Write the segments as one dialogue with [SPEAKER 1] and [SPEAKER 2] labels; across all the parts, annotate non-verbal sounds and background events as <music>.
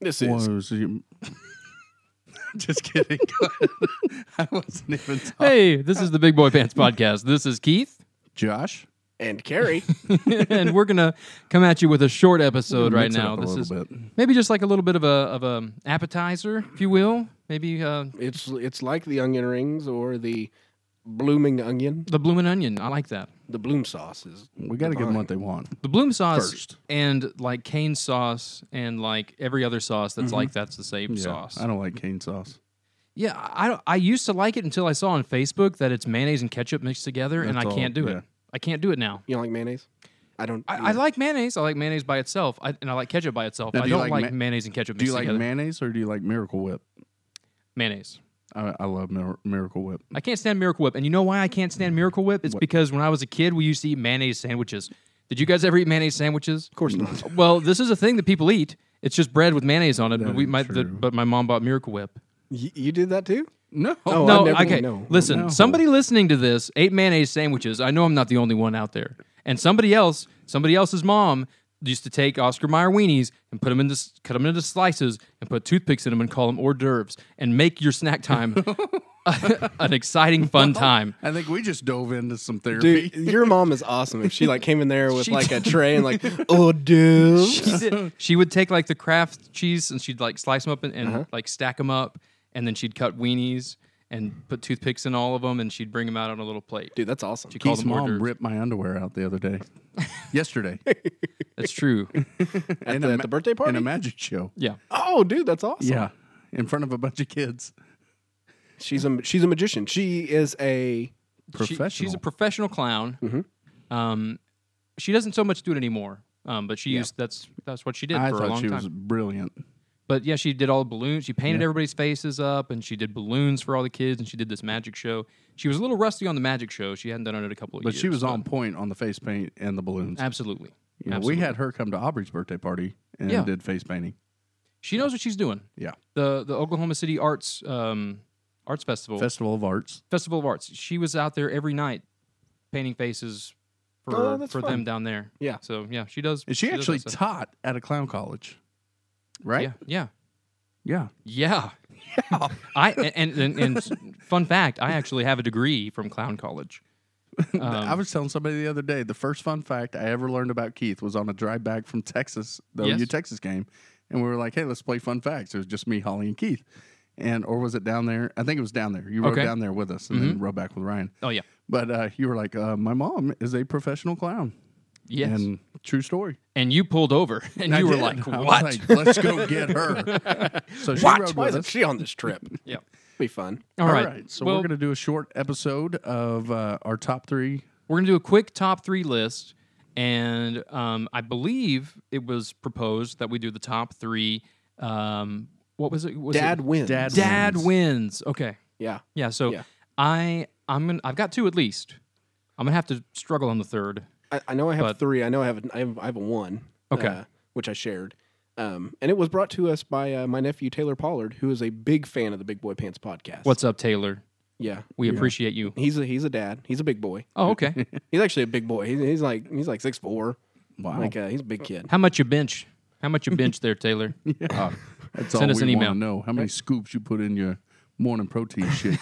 [SPEAKER 1] weakness is.
[SPEAKER 2] Woes you- <laughs> Just kidding. <laughs> I wasn't even talking.
[SPEAKER 3] Hey, this is the Big Boy Pants Podcast. This is Keith, <laughs>
[SPEAKER 2] Josh.
[SPEAKER 1] And Carrie,
[SPEAKER 3] and we're gonna come at you with a short episode right
[SPEAKER 2] Mix it
[SPEAKER 3] now.
[SPEAKER 2] up a
[SPEAKER 3] This
[SPEAKER 2] little
[SPEAKER 3] is
[SPEAKER 2] bit.
[SPEAKER 3] maybe just like a little bit of a of a appetizer, if you will. Maybe uh,
[SPEAKER 1] it's it's like the onion rings or the blooming onion.
[SPEAKER 3] the bloomin' onion. I like that.
[SPEAKER 1] The bloom sauce is.
[SPEAKER 2] We got to give them
[SPEAKER 1] divine.
[SPEAKER 2] what they want.
[SPEAKER 3] The bloom sauce
[SPEAKER 2] First.
[SPEAKER 3] and like cane sauce and like every other sauce that's like that's the same
[SPEAKER 2] Mm-hmm. Yeah,
[SPEAKER 3] sauce.
[SPEAKER 2] I don't like cane sauce.
[SPEAKER 3] yeah, I don't, I used to like it until I saw on Facebook that it's mayonnaise and ketchup mixed together, and I
[SPEAKER 2] That's all,
[SPEAKER 3] can't do
[SPEAKER 2] yeah.
[SPEAKER 3] it. I can't do it now.
[SPEAKER 1] You don't like mayonnaise? I don't.
[SPEAKER 3] I, I
[SPEAKER 1] either.
[SPEAKER 3] like mayonnaise. I like mayonnaise by itself, I, and I like ketchup by itself.
[SPEAKER 2] Now,
[SPEAKER 3] I
[SPEAKER 2] do you
[SPEAKER 3] don't
[SPEAKER 2] like
[SPEAKER 3] like,
[SPEAKER 2] ma-
[SPEAKER 3] mayonnaise and ketchup
[SPEAKER 2] Do you
[SPEAKER 3] mixed
[SPEAKER 2] like
[SPEAKER 3] together.
[SPEAKER 2] mayonnaise or do you like Miracle Whip?
[SPEAKER 3] mayonnaise.
[SPEAKER 2] I, I love Mir- Miracle Whip.
[SPEAKER 3] I can't stand Miracle Whip, and you know why I can't stand Miracle Whip? It's because when I was a kid, we used to eat mayonnaise sandwiches. Did you guys ever eat mayonnaise sandwiches?
[SPEAKER 1] Of course not.
[SPEAKER 3] Well, this is a thing that people eat. It's just bread with mayonnaise on it.
[SPEAKER 2] That
[SPEAKER 3] But we
[SPEAKER 2] is
[SPEAKER 3] might, the,
[SPEAKER 2] true.
[SPEAKER 3] but my mom bought Miracle Whip.
[SPEAKER 1] you, you did that too?
[SPEAKER 2] No.
[SPEAKER 1] Oh, I
[SPEAKER 3] no,
[SPEAKER 1] never-
[SPEAKER 3] okay.
[SPEAKER 1] no.
[SPEAKER 3] Listen,
[SPEAKER 2] No.
[SPEAKER 3] somebody listening to this ate mayonnaise sandwiches. I know I'm not the only one out there. And somebody else, somebody else's mom used to take Oscar Mayer weenies and put them into s- cut them into slices and put toothpicks in them and call them hors d'oeuvres and make your
[SPEAKER 1] <laughs>
[SPEAKER 3] snack time an exciting fun time.
[SPEAKER 2] I think we just dove into some therapy.
[SPEAKER 1] Dude, your mom is awesome. If she like came in there with
[SPEAKER 3] She
[SPEAKER 1] like a
[SPEAKER 3] did.
[SPEAKER 1] tray and like, oh, dude.
[SPEAKER 3] She did. She would take like the Kraft cheese and she'd like slice them up and, and
[SPEAKER 1] Uh-huh.
[SPEAKER 3] like stack them up and then she'd cut weenies and put toothpicks in all of them and she'd bring them out on a little plate.
[SPEAKER 1] Dude, that's awesome.
[SPEAKER 3] She called
[SPEAKER 2] Keith's
[SPEAKER 3] them hors
[SPEAKER 2] mom
[SPEAKER 3] d'oeuvres.
[SPEAKER 2] ripped my underwear out the other
[SPEAKER 3] <laughs>
[SPEAKER 2] day. Yesterday.
[SPEAKER 3] That's true.
[SPEAKER 1] At,
[SPEAKER 2] in
[SPEAKER 1] the,
[SPEAKER 2] a
[SPEAKER 1] at
[SPEAKER 2] ma-
[SPEAKER 1] the birthday
[SPEAKER 2] In
[SPEAKER 1] party?
[SPEAKER 2] a magic show.
[SPEAKER 3] Yeah.
[SPEAKER 1] oh, dude, that's awesome.
[SPEAKER 2] Yeah. In front of a bunch of kids.
[SPEAKER 1] She's a she's a magician. She is a
[SPEAKER 3] She-
[SPEAKER 2] Professional. Mm-hmm.
[SPEAKER 3] she's a professional clown. Um, she doesn't so much do it anymore. Um, but she used that's that's what she did
[SPEAKER 2] I
[SPEAKER 3] for a
[SPEAKER 2] thought
[SPEAKER 3] long
[SPEAKER 2] she
[SPEAKER 3] time.
[SPEAKER 2] was brilliant.
[SPEAKER 3] But yeah, she did all the balloons. She painted everybody's faces up, and she did balloons for all the kids, and she did this magic show. She was a little rusty on the magic show. She hadn't done it in a couple of
[SPEAKER 2] But
[SPEAKER 3] years.
[SPEAKER 2] she was on point on the face paint and the balloons.
[SPEAKER 3] absolutely.
[SPEAKER 2] You know, we
[SPEAKER 3] absolutely.
[SPEAKER 2] had her come to Aubrey's birthday party and
[SPEAKER 3] Yeah.
[SPEAKER 2] did face painting.
[SPEAKER 3] she knows what she's doing.
[SPEAKER 2] Yeah.
[SPEAKER 3] The the Oklahoma City Arts um, Arts Festival
[SPEAKER 2] Festival of Arts.
[SPEAKER 3] Festival of Arts. She was out there every night painting faces for
[SPEAKER 1] Oh, that's
[SPEAKER 3] for
[SPEAKER 1] fun.
[SPEAKER 3] them down there.
[SPEAKER 1] Yeah.
[SPEAKER 3] So yeah, she does.
[SPEAKER 2] And she,
[SPEAKER 3] does that
[SPEAKER 2] actually
[SPEAKER 3] stuff.
[SPEAKER 2] taught at a clown college. Right?
[SPEAKER 3] Yeah.
[SPEAKER 2] Yeah.
[SPEAKER 3] Yeah. Yeah. <laughs> I and, and and fun fact, I actually have a degree from clown college.
[SPEAKER 2] <laughs>
[SPEAKER 3] Um,
[SPEAKER 2] I was telling somebody the other day the first fun fact I ever learned about Keith was on a drive back from Texas, the
[SPEAKER 3] Yes.
[SPEAKER 2] OU Texas game, and we were like, "Hey, let's play fun facts." It was just me, Holly, and Keith, and or was it down there? I think it was down there. You rode
[SPEAKER 3] Okay.
[SPEAKER 2] down there with us, and then rode back with Ryan.
[SPEAKER 3] Oh yeah.
[SPEAKER 2] But uh, you were like, uh, "My mom is a professional clown."
[SPEAKER 3] Yes. And,
[SPEAKER 2] and true story.
[SPEAKER 3] you pulled over <laughs> and
[SPEAKER 2] I
[SPEAKER 3] you were
[SPEAKER 2] did.
[SPEAKER 3] like,
[SPEAKER 2] I was
[SPEAKER 3] "What?"
[SPEAKER 2] like, Let's go get her. <laughs> so she rode
[SPEAKER 1] Why
[SPEAKER 2] with
[SPEAKER 1] isn't
[SPEAKER 2] us.
[SPEAKER 1] she on this trip?
[SPEAKER 3] yeah.
[SPEAKER 1] Be fun.
[SPEAKER 3] All right.
[SPEAKER 2] So
[SPEAKER 3] well,
[SPEAKER 2] we're gonna do a short episode of uh, our top three.
[SPEAKER 3] we're going to do a quick top 3 list and um, I believe it was proposed that we do the top 3 um, what was it? Was it-
[SPEAKER 1] Dad wins.
[SPEAKER 2] Dad
[SPEAKER 3] Dad
[SPEAKER 2] wins.
[SPEAKER 3] wins. Okay.
[SPEAKER 1] Yeah.
[SPEAKER 3] Yeah, so
[SPEAKER 1] Yeah.
[SPEAKER 3] I I'm going to I've got two at least. I'm going to have to struggle on the third.
[SPEAKER 1] I, I know I have
[SPEAKER 3] But-
[SPEAKER 1] three. I know I have, an- I have I have a one.
[SPEAKER 3] Okay.
[SPEAKER 1] uh, which I shared. Um, and it was brought to us by uh, my nephew Taylor Pollard, who is a big fan of the Big Boy Pants podcast.
[SPEAKER 3] What's up, Taylor?
[SPEAKER 1] yeah?
[SPEAKER 3] We appreciate you.
[SPEAKER 1] He's a he's a dad. He's a big boy. <laughs>
[SPEAKER 3] Oh, okay.
[SPEAKER 1] He's actually a big boy. He's, he's like he's like six four.
[SPEAKER 2] Wow. <laughs>
[SPEAKER 1] Like uh, he's a big kid.
[SPEAKER 3] How much you bench? How much you bench
[SPEAKER 1] <laughs>
[SPEAKER 3] there, Taylor?
[SPEAKER 2] Yeah. Uh, That's
[SPEAKER 3] Send
[SPEAKER 2] all
[SPEAKER 3] us
[SPEAKER 2] we
[SPEAKER 3] an
[SPEAKER 2] want
[SPEAKER 3] email.
[SPEAKER 2] to know. How many scoops you put in your morning <laughs> protein shake?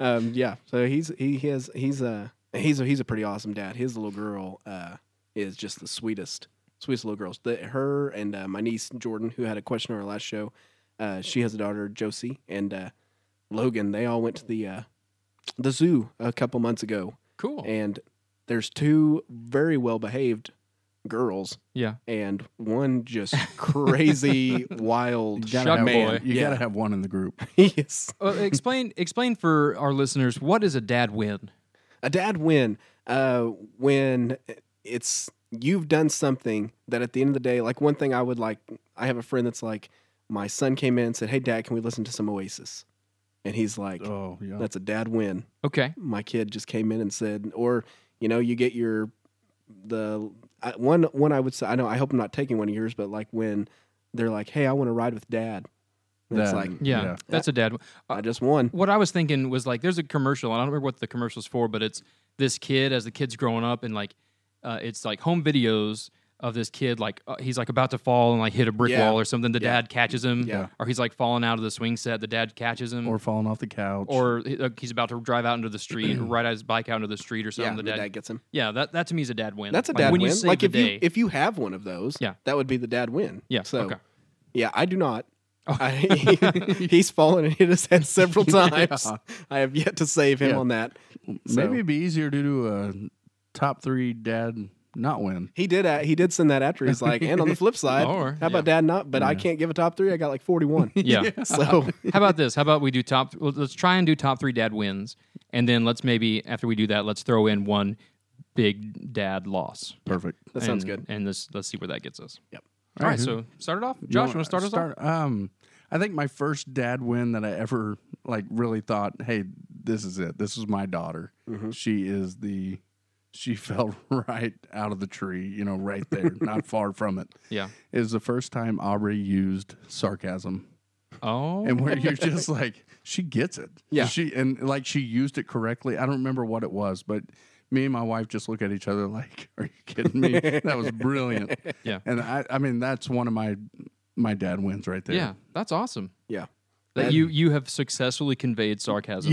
[SPEAKER 1] um, yeah. So he's he he has he's a he's a he's a pretty awesome dad. His little girl uh, is just the sweetest, sweetest little girls. The, her and uh, my niece Jordan, who had a question on our last show, uh, she has a daughter Josie and uh, Logan. They all went to the uh, the zoo a couple months ago,
[SPEAKER 3] Cool.
[SPEAKER 1] and there's two very well behaved girls
[SPEAKER 3] yeah.
[SPEAKER 1] and one just crazy wild
[SPEAKER 3] gotta Shuck
[SPEAKER 2] have
[SPEAKER 3] boy.
[SPEAKER 2] one. You
[SPEAKER 1] Yeah.
[SPEAKER 2] gotta have one in the <laughs> group.
[SPEAKER 1] <laughs> yes
[SPEAKER 3] Well, Uh, explain explain for our listeners what is a dad win?
[SPEAKER 1] a dad win uh, when it's you've done something that at the end of the day like one thing i would like i have a friend that's like my son came in and said hey dad can we listen to some oasis and he's like
[SPEAKER 2] Oh yeah.
[SPEAKER 1] that's a dad win
[SPEAKER 3] Okay.
[SPEAKER 1] my kid just came in and said or you know you get your the I, one one i would say i know i hope i'm not taking one of yours but like when they're like hey i want to ride with dad and it's
[SPEAKER 2] That-
[SPEAKER 1] like
[SPEAKER 3] Yeah.
[SPEAKER 2] Yeah.
[SPEAKER 3] That's a dad. win.
[SPEAKER 1] i just won
[SPEAKER 3] What I was thinking was like there's a commercial and I don't remember what the commercial's for, but it's this kid as the kid's growing up and like uh, it's like home videos of this kid like uh, he's like about to fall and like hit a brick
[SPEAKER 1] Yeah.
[SPEAKER 3] wall or something. The
[SPEAKER 1] Yeah.
[SPEAKER 3] dad catches him,
[SPEAKER 1] Yeah.
[SPEAKER 3] or he's like falling out of the swing set. The dad catches him,
[SPEAKER 2] or falling off the couch.
[SPEAKER 3] or he- uh, he's about to drive out into
[SPEAKER 1] <clears throat>
[SPEAKER 3] the street, ride his bike out into the street or something.
[SPEAKER 1] yeah,
[SPEAKER 3] the
[SPEAKER 1] the
[SPEAKER 3] dad,
[SPEAKER 1] dad gets him.
[SPEAKER 3] yeah, that, that to me is a dad win.
[SPEAKER 1] That's a
[SPEAKER 3] Like,
[SPEAKER 1] dad
[SPEAKER 3] when
[SPEAKER 1] win.
[SPEAKER 3] You save
[SPEAKER 1] like
[SPEAKER 3] the
[SPEAKER 1] if
[SPEAKER 3] day,
[SPEAKER 1] you if you have one of those,
[SPEAKER 3] Yeah.
[SPEAKER 1] that would be the dad win.
[SPEAKER 3] Yeah,
[SPEAKER 1] So,
[SPEAKER 3] okay. Oh.
[SPEAKER 1] yeah, I do not.
[SPEAKER 3] <laughs>
[SPEAKER 1] I, <laughs> he's fallen and hit his head several times. I have yet to save him
[SPEAKER 2] Yeah.
[SPEAKER 1] on that. So-
[SPEAKER 2] Maybe it'd be easier to do a top three dad not win.
[SPEAKER 1] He did. a he did send that after. He's like, and on the
[SPEAKER 3] <laughs>
[SPEAKER 1] flip side,
[SPEAKER 3] Or,
[SPEAKER 1] how about dad not? But I can't give a top three. I got like forty-one.
[SPEAKER 3] <laughs> yeah,
[SPEAKER 1] <laughs> So
[SPEAKER 3] How about this? How about we do top? well, Let's try and do top three dad wins, and then let's maybe after we do that, let's throw in one big dad loss.
[SPEAKER 2] Perfect.
[SPEAKER 1] that sounds
[SPEAKER 3] And-
[SPEAKER 1] good.
[SPEAKER 3] And let's let's see where that gets us.
[SPEAKER 1] Yep.
[SPEAKER 3] All right. So start it off, Josh. You want to start us off?
[SPEAKER 2] Um, I think my first dad win that I ever like really thought, hey, this is it. This is my daughter.
[SPEAKER 3] Mm-hmm.
[SPEAKER 2] She is the. She <laughs> fell right out of the tree. You know, right there,
[SPEAKER 3] <laughs>
[SPEAKER 2] not far from it.
[SPEAKER 3] Yeah.
[SPEAKER 2] Is the first time Aubrey used sarcasm.
[SPEAKER 3] Oh.
[SPEAKER 2] and
[SPEAKER 1] <laughs>
[SPEAKER 2] where you're just like she gets it
[SPEAKER 1] Yeah.
[SPEAKER 2] she and like she used it correctly i don't remember what it was but me and my wife just look at each other like <laughs> are you kidding me that was brilliant
[SPEAKER 1] <laughs>
[SPEAKER 3] Yeah.
[SPEAKER 2] and i i mean that's one of my my dad wins right there
[SPEAKER 3] yeah. That's awesome.
[SPEAKER 1] yeah,
[SPEAKER 3] That
[SPEAKER 1] That-
[SPEAKER 3] you you have successfully conveyed sarcasm.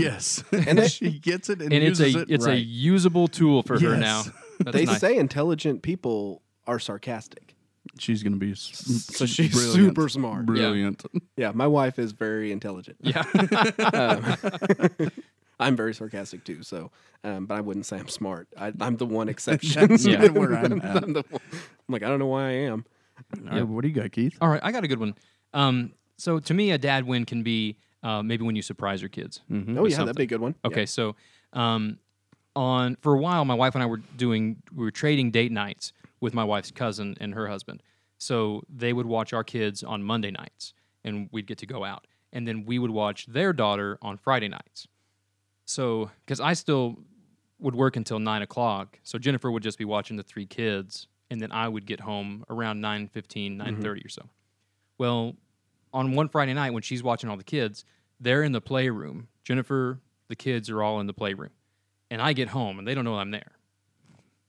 [SPEAKER 2] <laughs> yes
[SPEAKER 1] And they-
[SPEAKER 2] <laughs> she gets it and,
[SPEAKER 3] And it's a
[SPEAKER 2] uses it
[SPEAKER 3] it's a
[SPEAKER 2] right.
[SPEAKER 3] usable tool for her
[SPEAKER 2] Yes.
[SPEAKER 3] now.
[SPEAKER 1] <laughs>
[SPEAKER 3] That's
[SPEAKER 1] they
[SPEAKER 3] nice.
[SPEAKER 1] say intelligent people are sarcastic.
[SPEAKER 2] she's gonna be so
[SPEAKER 1] So she's super smart. <laughs>
[SPEAKER 2] brilliant <laughs>
[SPEAKER 1] Yeah, my wife is very intelligent. <laughs>
[SPEAKER 3] yeah.
[SPEAKER 1] Um, I'm very sarcastic too, so um, but I wouldn't say I'm smart. I, I'm the
[SPEAKER 3] <laughs>
[SPEAKER 1] one exception.
[SPEAKER 2] That's
[SPEAKER 3] Yeah.
[SPEAKER 2] where I'm
[SPEAKER 1] <laughs>
[SPEAKER 2] at.
[SPEAKER 3] Um,
[SPEAKER 1] the one- I'm like I don't know why I am.
[SPEAKER 2] All right, what do you got keith
[SPEAKER 3] All right, I got a good one. Um, so to me, a dad win can be uh, maybe when you surprise your kids.
[SPEAKER 1] Oh yeah, that'd be a good one.
[SPEAKER 3] Hmm? Okay, so um, on for a while, my wife and I were doing we were trading date nights with my wife's cousin and her husband. So they would watch our kids on Monday nights, and we'd get to go out, and then we would watch their daughter on Friday nights. So because I still would work until nine o'clock, so Jennifer would just be watching the three kids, and then I would get home around 9.15, 9.30 or so. Well, on one Friday night when she's watching all the kids, they're in the playroom. Jennifer, the kids are all in the playroom. And I get home and they don't know I'm there.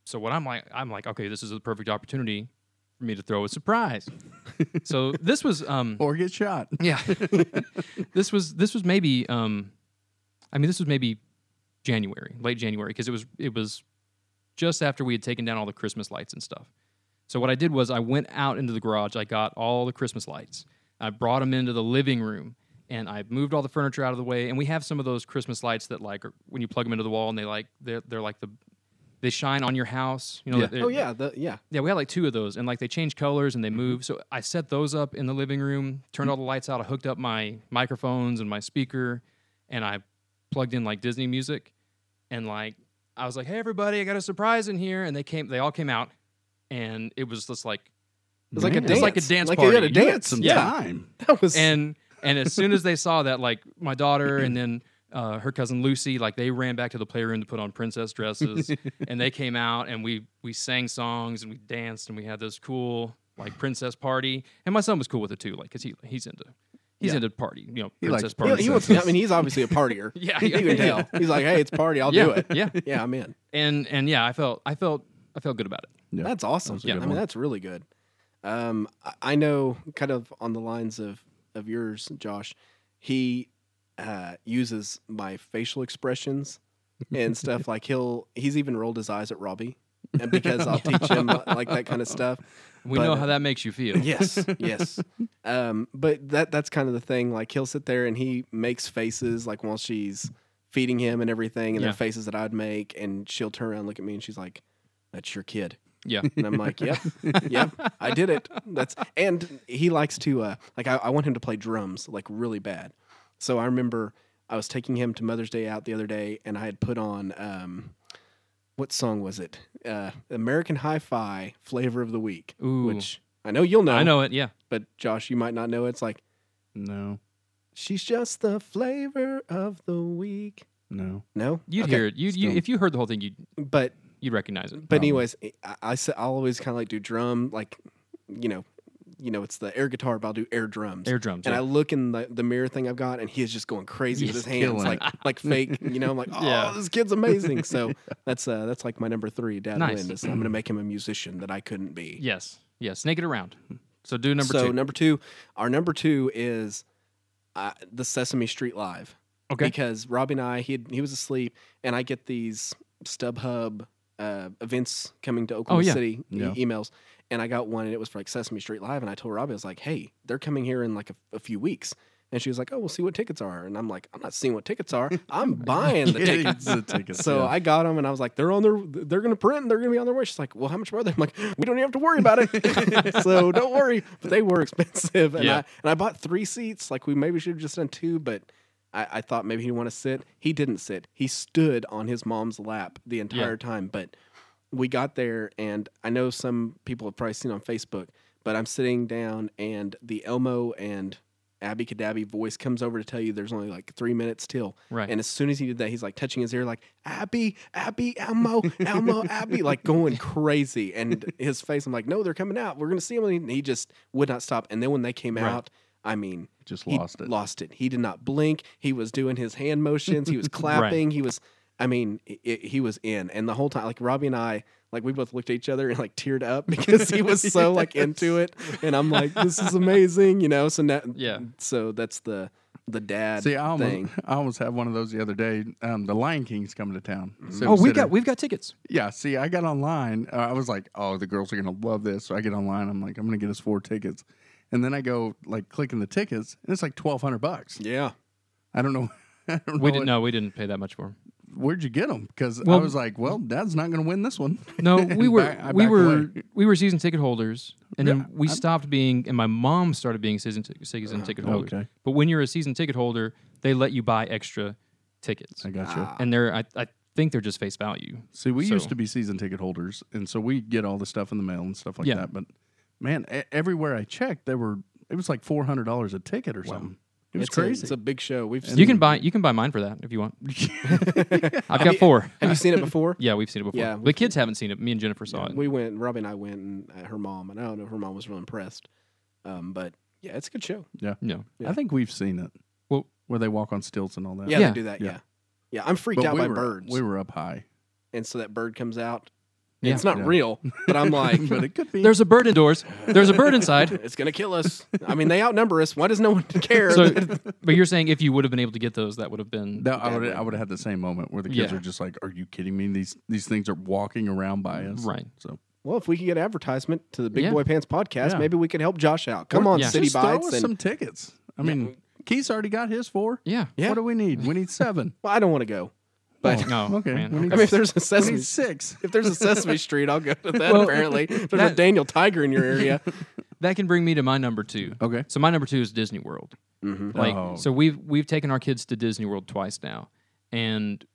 [SPEAKER 3] So what I'm like I'm like, okay, this is a perfect opportunity for me to throw a surprise. so this was um
[SPEAKER 2] or get shot
[SPEAKER 3] yeah. <laughs> this was this was maybe um I mean this was maybe January, late January because it was it was just after we had taken down all the Christmas lights and stuff. So what I did was I went out into the garage, I got all the Christmas lights. I brought them into the living room and I moved all the furniture out of the way and we have some of those Christmas lights that like are, when you plug them into the wall and they like they're, they're like the they shine on your house, you know.
[SPEAKER 2] Yeah.
[SPEAKER 3] they're-
[SPEAKER 1] Oh yeah, the, yeah.
[SPEAKER 3] yeah, we had like two of those, and like they change colors and they move. So I set those up in the living room, turned all the lights out. I hooked up my microphones and my speaker, and I plugged in like Disney music, and like I was like, "Hey everybody, I got a surprise in here!" And they came, they all came out, and it was just like,
[SPEAKER 1] It's like a
[SPEAKER 2] Man.
[SPEAKER 1] dance.
[SPEAKER 3] It's like a dance
[SPEAKER 1] Like they had
[SPEAKER 3] party.
[SPEAKER 1] a
[SPEAKER 2] You had
[SPEAKER 1] dance.
[SPEAKER 2] some
[SPEAKER 1] yeah,
[SPEAKER 2] time
[SPEAKER 1] <laughs> that was.
[SPEAKER 3] and and as soon as they saw that, like my daughter and then uh, her cousin Lucy, like they ran back to the playroom to put on princess
[SPEAKER 2] <laughs>
[SPEAKER 3] dresses, and they came out and we we sang songs and we danced and we had this cool like princess party, and my son was cool with it too, like because he he's into he's into party, you know,
[SPEAKER 2] He
[SPEAKER 3] princess
[SPEAKER 2] likes-
[SPEAKER 1] he,
[SPEAKER 3] party.
[SPEAKER 1] he wants. I mean, he's obviously a partier.
[SPEAKER 3] <laughs> Yeah,
[SPEAKER 1] <laughs> you
[SPEAKER 3] yeah,
[SPEAKER 1] can
[SPEAKER 3] yeah.
[SPEAKER 1] tell. He's like, hey, it's party. I'll
[SPEAKER 3] yeah,
[SPEAKER 1] do it. <laughs>
[SPEAKER 3] yeah,
[SPEAKER 1] yeah, I'm
[SPEAKER 3] <laughs>
[SPEAKER 1] in.
[SPEAKER 3] and and yeah, I felt I felt I felt good about it.
[SPEAKER 2] Yeah.
[SPEAKER 1] That's awesome.
[SPEAKER 2] a
[SPEAKER 1] I
[SPEAKER 2] Yeah. good
[SPEAKER 1] mean,
[SPEAKER 2] one.
[SPEAKER 1] that's really good. Um, I- I know, kind of on the lines of of yours, Josh. He uh, uses my facial expressions and
[SPEAKER 3] <laughs>
[SPEAKER 1] stuff. like he'll he's even rolled his eyes at Robbie, and because I'll teach him like that kind of stuff.
[SPEAKER 3] We
[SPEAKER 1] But,
[SPEAKER 3] know
[SPEAKER 1] uh,
[SPEAKER 3] how that makes you
[SPEAKER 1] <laughs>
[SPEAKER 3] feel.
[SPEAKER 1] Yes,
[SPEAKER 3] <laughs>
[SPEAKER 1] yes. Um, but that that's kind of the thing. Like he'll sit there and he makes faces like while she's feeding him and everything, and
[SPEAKER 3] Yeah.
[SPEAKER 1] they're faces that I'd make, and she'll turn around, and look at me, and she's like, "That's your kid."
[SPEAKER 3] Yeah,
[SPEAKER 1] And I'm like, yep, yep, I did it. That's and he likes to uh, like I, I want him to play drums like really bad. So I remember I was taking him to Mother's Day out the other day, and I had put on um, what song was it? Uh, American Hi-Fi Flavor of the Week,
[SPEAKER 3] Ooh.
[SPEAKER 1] which um, I know you'll know.
[SPEAKER 3] I know it. Yeah,
[SPEAKER 1] but Josh, you might not know. it. It's like
[SPEAKER 2] no
[SPEAKER 1] she's just the flavor of the week.
[SPEAKER 2] no
[SPEAKER 1] No,
[SPEAKER 3] you'd
[SPEAKER 1] Okay.
[SPEAKER 3] hear it. You, you
[SPEAKER 2] Still.
[SPEAKER 3] if you heard the whole thing, you would
[SPEAKER 1] but
[SPEAKER 3] you'd recognize it.
[SPEAKER 1] But anyways, I, I will always kind of like do drum, like you know, you know, it's the air guitar, but I'll do air drums.
[SPEAKER 3] Air drums,
[SPEAKER 1] And
[SPEAKER 3] yeah.
[SPEAKER 1] I look in the, the mirror thing I've got, and he is just going crazy with
[SPEAKER 3] He's
[SPEAKER 1] his hands,
[SPEAKER 2] killing
[SPEAKER 1] like
[SPEAKER 3] <laughs>
[SPEAKER 1] like fake. You know, I'm like, oh,
[SPEAKER 3] Yeah.
[SPEAKER 1] this kid's amazing.
[SPEAKER 3] <laughs>
[SPEAKER 1] So that's uh, that's like my number three, Dad
[SPEAKER 3] Nice.
[SPEAKER 1] Lynn. Is I'm going to make him a musician that I couldn't be.
[SPEAKER 3] Yes. Yes. Snake it around. So do number
[SPEAKER 1] so
[SPEAKER 3] two.
[SPEAKER 1] number two, our number two is uh, the Sesame Street Live.
[SPEAKER 3] Okay.
[SPEAKER 1] Because Robbie and I, he had, he was asleep, and I get these StubHub uh, events coming to Oklahoma
[SPEAKER 3] Oh, yeah.
[SPEAKER 1] City e-
[SPEAKER 2] Yeah.
[SPEAKER 1] emails, and I got one, and it was for like Sesame Street Live, and I told Robbie, I was like, "Hey, they're coming here in like a, a few weeks." And she was like, "Oh, we'll see what tickets are." And I'm like, "I'm not seeing what tickets are.
[SPEAKER 3] <laughs>
[SPEAKER 1] I'm buying the tickets."
[SPEAKER 2] <laughs> It's the ticket.
[SPEAKER 1] So
[SPEAKER 2] yeah.
[SPEAKER 1] I got them, and I was like, "They're on their. They're gonna print. and They're gonna be on their way." She's like, "Well, how much were they?" I'm like, "We don't even have to worry about it. so don't worry." But they were expensive, and I
[SPEAKER 3] Yeah.
[SPEAKER 1] and I bought three seats. Like we maybe should have just done two, but I, I thought maybe he'd want to sit. He didn't sit. He stood on his mom's lap the entire time. But we got there, and I know some people have probably seen on Facebook, but I'm sitting down, and the Elmo and Abby Kadabi voice comes over to tell you there's only like three minutes till.
[SPEAKER 3] Right.
[SPEAKER 1] And as soon as he did that, he's like touching his ear, like Abby, Abby, Elmo, Elmo, Abby, like going crazy. And his face, I'm like, no, they're coming out. We're gonna see him. And he just would not stop. And then when they came
[SPEAKER 3] Right.
[SPEAKER 1] out, I mean,
[SPEAKER 2] just
[SPEAKER 1] he
[SPEAKER 2] lost it.
[SPEAKER 1] Lost it. He did not blink. He was doing his hand motions.
[SPEAKER 2] <laughs>
[SPEAKER 1] He was clapping. He was. I mean, i i- he was in, and the whole time, like Robbie and I, like we both looked at each other and like teared up <laughs> because he
[SPEAKER 2] <laughs>
[SPEAKER 1] was so like into it, and I'm like, this is amazing, you know. So now,
[SPEAKER 3] Yeah.
[SPEAKER 1] So that's the the dad
[SPEAKER 2] See, I almost,
[SPEAKER 1] thing.
[SPEAKER 2] I almost had one of those the other day. Um, the Lion King's coming to town. So
[SPEAKER 1] Mm-hmm.
[SPEAKER 3] Oh, we
[SPEAKER 2] instead
[SPEAKER 3] got
[SPEAKER 2] of-
[SPEAKER 3] we've got tickets.
[SPEAKER 2] Yeah, see, I got online. Uh, I was like, oh, the girls are gonna love this. So I get online. I'm like, I'm gonna get us four tickets, and then I go like clicking the tickets, and it's like twelve hundred bucks.
[SPEAKER 1] Yeah.
[SPEAKER 2] I don't know. <laughs> I don't
[SPEAKER 3] We
[SPEAKER 2] know
[SPEAKER 3] didn't. No, we didn't pay that much for them.
[SPEAKER 2] what- Where'd you get them? Because
[SPEAKER 3] Well-
[SPEAKER 2] I was like, well, Dad's not gonna win this one. <laughs>
[SPEAKER 3] No, we were
[SPEAKER 2] Back- I
[SPEAKER 3] we
[SPEAKER 2] backed
[SPEAKER 3] were
[SPEAKER 2] away.
[SPEAKER 3] we were season ticket holders, and
[SPEAKER 2] Yeah,
[SPEAKER 3] then we stopped being, and my mom started being season ti- season ticket holders.
[SPEAKER 2] okay.
[SPEAKER 3] But when you're a season ticket holder, they let you buy extra tickets,
[SPEAKER 2] I got you.
[SPEAKER 1] Uh, Ah.
[SPEAKER 3] and they're I, I think they're just face value.
[SPEAKER 2] See, we
[SPEAKER 3] So-
[SPEAKER 2] used to be season ticket holders, and so we get all the stuff in the mail and stuff like
[SPEAKER 3] Yeah.
[SPEAKER 2] that. But man, e- everywhere I checked, they were it was like four hundred dollars a ticket or something. It was
[SPEAKER 1] it's A,
[SPEAKER 2] crazy.
[SPEAKER 1] it's a big show. We've
[SPEAKER 3] you
[SPEAKER 1] seen,
[SPEAKER 3] can buy you can buy mine for that if you want. I've got four.
[SPEAKER 1] have you seen it
[SPEAKER 2] <laughs>
[SPEAKER 1] before?
[SPEAKER 3] Yeah, we've seen it before.
[SPEAKER 1] Yeah,
[SPEAKER 3] the kids haven't seen it. Me and Jennifer saw it.
[SPEAKER 1] We went. Robbie and I went, and uh, her mom. And I don't know if her mom was real impressed, um, but yeah, it's a good show.
[SPEAKER 3] no,
[SPEAKER 1] Yeah.
[SPEAKER 2] I think we've seen it.
[SPEAKER 3] Well-
[SPEAKER 2] where they walk on stilts and all that.
[SPEAKER 1] Yeah,
[SPEAKER 3] Yeah.
[SPEAKER 1] they do that.
[SPEAKER 2] Yeah.
[SPEAKER 1] Yeah. yeah. I'm freaked
[SPEAKER 2] But
[SPEAKER 1] out
[SPEAKER 2] we
[SPEAKER 1] by
[SPEAKER 2] were,
[SPEAKER 1] birds.
[SPEAKER 2] We were up high,
[SPEAKER 1] and so that bird comes out.
[SPEAKER 3] Yeah.
[SPEAKER 1] it's not
[SPEAKER 2] Yeah.
[SPEAKER 1] real, but
[SPEAKER 2] <laughs>
[SPEAKER 1] I'm <laughs> like,
[SPEAKER 2] but it could be.
[SPEAKER 3] there's a bird indoors. There's a bird
[SPEAKER 1] <laughs>
[SPEAKER 3] inside.
[SPEAKER 1] it's gonna kill us. I mean, they outnumber us. Why does
[SPEAKER 2] <laughs>
[SPEAKER 1] no one care? <laughs>
[SPEAKER 3] So, but you're saying if you would have been able to get those, that would have been
[SPEAKER 2] No, I would I would have had the same moment where the kids
[SPEAKER 3] Yeah.
[SPEAKER 2] are just like, "Are you kidding me? These these things are walking around by us."
[SPEAKER 3] Right.
[SPEAKER 2] So
[SPEAKER 1] well, if we could get advertisement to the Big
[SPEAKER 3] Yeah.
[SPEAKER 1] Boy Pants podcast,
[SPEAKER 2] Yeah.
[SPEAKER 1] maybe we could help Josh out. Come on,
[SPEAKER 3] yeah.
[SPEAKER 1] City
[SPEAKER 2] just throw
[SPEAKER 1] Bites.
[SPEAKER 2] us
[SPEAKER 1] And,
[SPEAKER 2] some tickets. I mean, Keith's already got his four.
[SPEAKER 3] yeah.
[SPEAKER 1] Yeah.
[SPEAKER 2] What do we need?
[SPEAKER 1] <laughs>
[SPEAKER 2] We need seven.
[SPEAKER 1] well, I don't want to go, but
[SPEAKER 2] Oh,
[SPEAKER 3] No,
[SPEAKER 2] okay.
[SPEAKER 3] man,
[SPEAKER 2] we need
[SPEAKER 1] I mean, if there's a
[SPEAKER 2] We
[SPEAKER 1] Sesame,
[SPEAKER 2] need six.
[SPEAKER 1] if there's a Sesame Street, I'll go to that.
[SPEAKER 3] Well, <laughs>
[SPEAKER 1] apparently, if there's
[SPEAKER 3] that-
[SPEAKER 1] a Daniel Tiger in your
[SPEAKER 3] <laughs>
[SPEAKER 1] area,
[SPEAKER 3] That can bring me to my number two.
[SPEAKER 2] Okay.
[SPEAKER 3] So my number two is Disney World. Like
[SPEAKER 2] Oh.
[SPEAKER 3] so we've we've taken our kids to Disney World twice now. And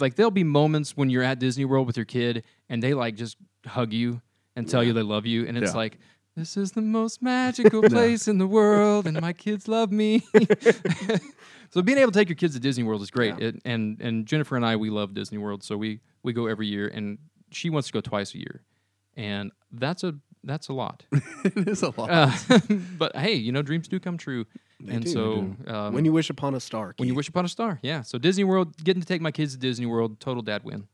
[SPEAKER 3] like there'll be moments when you're at Disney World with your kid and they like just hug you and tell you they love you and it's
[SPEAKER 2] Yeah.
[SPEAKER 3] like this is the most
[SPEAKER 2] <laughs>
[SPEAKER 3] magical place in the world and my kids love me. <laughs> so being able to take your kids to Disney World is great. It, and and Jennifer and I we love Disney World so we we go every year and she wants to go twice a year. And that's a that's
[SPEAKER 2] <laughs>
[SPEAKER 3] a lot.
[SPEAKER 2] <laughs> it is a lot.
[SPEAKER 3] Uh, <laughs> but hey, you know, dreams do come true. and so, um,
[SPEAKER 1] when you wish upon a star,
[SPEAKER 3] when you
[SPEAKER 1] Keith.
[SPEAKER 3] wish upon a star, yeah. So Disney World, getting to take my kids to Disney World, total dad win.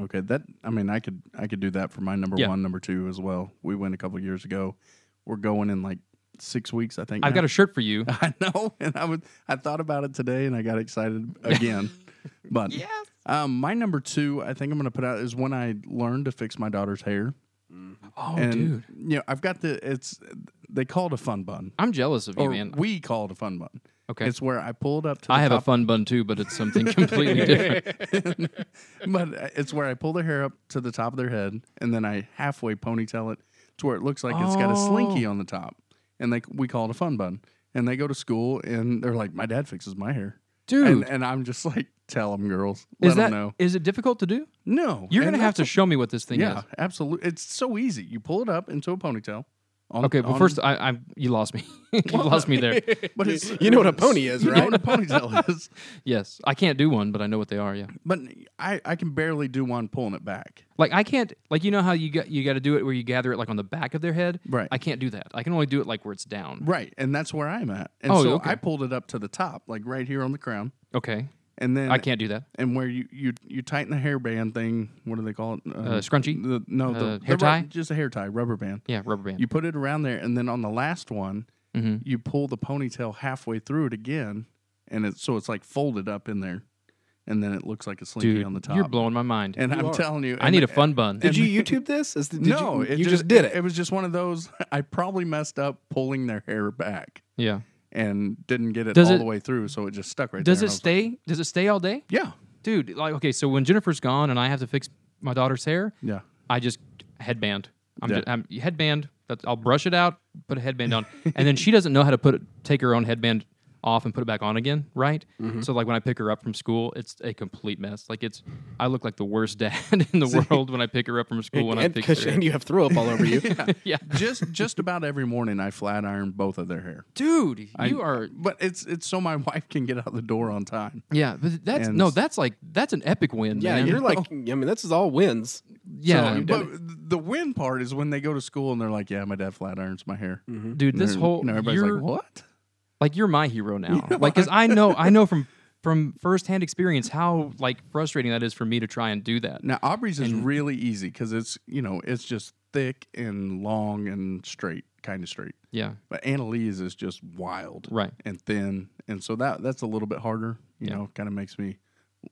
[SPEAKER 2] Okay, that I mean, I could I could do that for my number
[SPEAKER 3] Yeah.
[SPEAKER 2] one, number two as well. We went a couple years ago. We're going in like six weeks, I think.
[SPEAKER 3] I've
[SPEAKER 2] now.
[SPEAKER 3] got a shirt for
[SPEAKER 2] <laughs>
[SPEAKER 3] you.
[SPEAKER 2] I know, and I was I thought about it today, and I got excited
[SPEAKER 3] <laughs>
[SPEAKER 2] again. but um, my number two, I think I'm going to put out is when I learned to fix my daughter's hair.
[SPEAKER 3] Oh,
[SPEAKER 2] and
[SPEAKER 3] dude,
[SPEAKER 2] you know, I've got the it's they call it a fun bun,
[SPEAKER 3] I'm jealous of you,
[SPEAKER 2] or
[SPEAKER 3] man.
[SPEAKER 2] we call it a fun bun.
[SPEAKER 3] Okay.
[SPEAKER 2] it's where I pull it up to. The
[SPEAKER 3] I have a
[SPEAKER 2] top,
[SPEAKER 3] fun bun too, but it's something
[SPEAKER 2] <laughs>
[SPEAKER 3] completely different.
[SPEAKER 2] but it's where I pull their hair up to the top of their head, and then I halfway ponytail it to where it looks like it's got a slinky
[SPEAKER 3] Oh.
[SPEAKER 2] on the top, and they we call it a fun bun. And they go to school, and they're like, "My dad fixes my hair."
[SPEAKER 3] Dude,
[SPEAKER 2] And, and I'm just like, tell them, girls. Let
[SPEAKER 3] is that
[SPEAKER 2] them know.
[SPEAKER 3] is it difficult to do?
[SPEAKER 2] No.
[SPEAKER 3] You're
[SPEAKER 2] And
[SPEAKER 3] gonna have to
[SPEAKER 2] that's
[SPEAKER 3] show me what this
[SPEAKER 2] a-
[SPEAKER 3] thing
[SPEAKER 2] yeah,
[SPEAKER 3] is.
[SPEAKER 2] absolutely. It's so easy. You pull it up into a ponytail, On,
[SPEAKER 3] Okay, but
[SPEAKER 2] on-
[SPEAKER 3] first, I, I you lost me. <laughs> you lost me
[SPEAKER 2] <laughs>
[SPEAKER 3] there.
[SPEAKER 2] but
[SPEAKER 3] <laughs>
[SPEAKER 2] it's,
[SPEAKER 1] you know what a pony is,
[SPEAKER 2] <laughs> you know
[SPEAKER 1] right?
[SPEAKER 2] what a ponytail <laughs> is.
[SPEAKER 3] Yes, I can't do one, but I know what they are. Yeah,
[SPEAKER 2] But I, I can barely do one pulling it back.
[SPEAKER 3] like I can't, like you know how you got you got to do it where you gather it like on the back of their head.
[SPEAKER 2] Right.
[SPEAKER 3] I can't do that. I can only do it like where it's down.
[SPEAKER 2] Right, and that's where I'm at. And
[SPEAKER 3] Oh,
[SPEAKER 2] so
[SPEAKER 3] okay.
[SPEAKER 2] I pulled it up to the top, like right here on the crown,
[SPEAKER 3] Okay.
[SPEAKER 2] and then
[SPEAKER 3] I can't do that.
[SPEAKER 2] And where you you you tighten the hairband thing? What do they call it? Uh,
[SPEAKER 3] scrunchie?
[SPEAKER 2] The, no, the,
[SPEAKER 3] Uh,
[SPEAKER 2] the
[SPEAKER 3] hair
[SPEAKER 2] rub-
[SPEAKER 3] tie?
[SPEAKER 2] just a hair tie, rubber band.
[SPEAKER 3] Yeah, Mm-hmm. rubber band.
[SPEAKER 2] You put it around there, and then on the last one, you pull the ponytail halfway through it again, and it's so it's like folded up in there, and then it looks like a slinky
[SPEAKER 3] Dude,
[SPEAKER 2] on the top.
[SPEAKER 3] you're blowing my mind.
[SPEAKER 2] and I'm
[SPEAKER 1] are.
[SPEAKER 2] telling you,
[SPEAKER 3] I
[SPEAKER 2] and-
[SPEAKER 3] need a fun bun.
[SPEAKER 1] Did
[SPEAKER 3] <laughs>
[SPEAKER 1] you YouTube this? Is the, did
[SPEAKER 2] no,
[SPEAKER 1] you,
[SPEAKER 2] it
[SPEAKER 1] you just, did it.
[SPEAKER 2] It was just one of those. I probably messed up pulling their hair back
[SPEAKER 3] yeah.
[SPEAKER 2] and didn't get it
[SPEAKER 3] Does
[SPEAKER 2] all
[SPEAKER 3] it-
[SPEAKER 2] the way through, so it just stuck right
[SPEAKER 3] Does
[SPEAKER 2] there.
[SPEAKER 3] it
[SPEAKER 2] and I was
[SPEAKER 3] stay? does it stay all day?
[SPEAKER 2] like,
[SPEAKER 3] Dude, like okay, so when Jennifer's gone and I have to fix my daughter's hair,
[SPEAKER 2] yeah, yeah.
[SPEAKER 3] I just headband. I'm,
[SPEAKER 2] Yeah.
[SPEAKER 3] just, I'm headband. That's, I'll brush it out, put a headband on, <laughs> and then she doesn't know how to put it, take her own headband off and put it back on again, right? So like when I pick her up from school, it's a complete mess. Like it's, I look like the worst <laughs> dad in the world when I pick her up from school when I
[SPEAKER 1] and,
[SPEAKER 3] fix
[SPEAKER 1] cause-
[SPEAKER 3] her. hair.
[SPEAKER 1] and you have throw up all over you.
[SPEAKER 3] <laughs>
[SPEAKER 1] <laughs>
[SPEAKER 3] yeah,
[SPEAKER 2] just just about every morning I flat iron both of their hair.
[SPEAKER 3] dude, you
[SPEAKER 2] I-
[SPEAKER 3] are.
[SPEAKER 2] But it's it's so my <laughs> wife can get out the door on time.
[SPEAKER 3] Yeah, but that's
[SPEAKER 2] And-
[SPEAKER 3] no, that's like that's an epic win.
[SPEAKER 1] Yeah,
[SPEAKER 3] man.
[SPEAKER 1] you're
[SPEAKER 3] <laughs>
[SPEAKER 1] like, I mean, this is all wins.
[SPEAKER 3] yeah,
[SPEAKER 1] you've
[SPEAKER 2] but the win part is when they go to school and they're like, "Yeah, my dad flat irons my hair."
[SPEAKER 3] dude.
[SPEAKER 2] And
[SPEAKER 3] This
[SPEAKER 2] they're-
[SPEAKER 3] whole
[SPEAKER 2] and everybody's
[SPEAKER 3] you're-
[SPEAKER 2] like, "What?"
[SPEAKER 3] like you're my
[SPEAKER 1] <laughs>
[SPEAKER 3] hero now like because i know i know from from firsthand experience how like frustrating that is for me to try and do that
[SPEAKER 2] Now Aubrey's is really easy because it's you know it's just thick and long and straight, kind of straight.
[SPEAKER 3] yeah
[SPEAKER 2] But Annalise is just wild,
[SPEAKER 3] Right.
[SPEAKER 2] And thin, and so that that's a little bit harder. You know, kind of makes me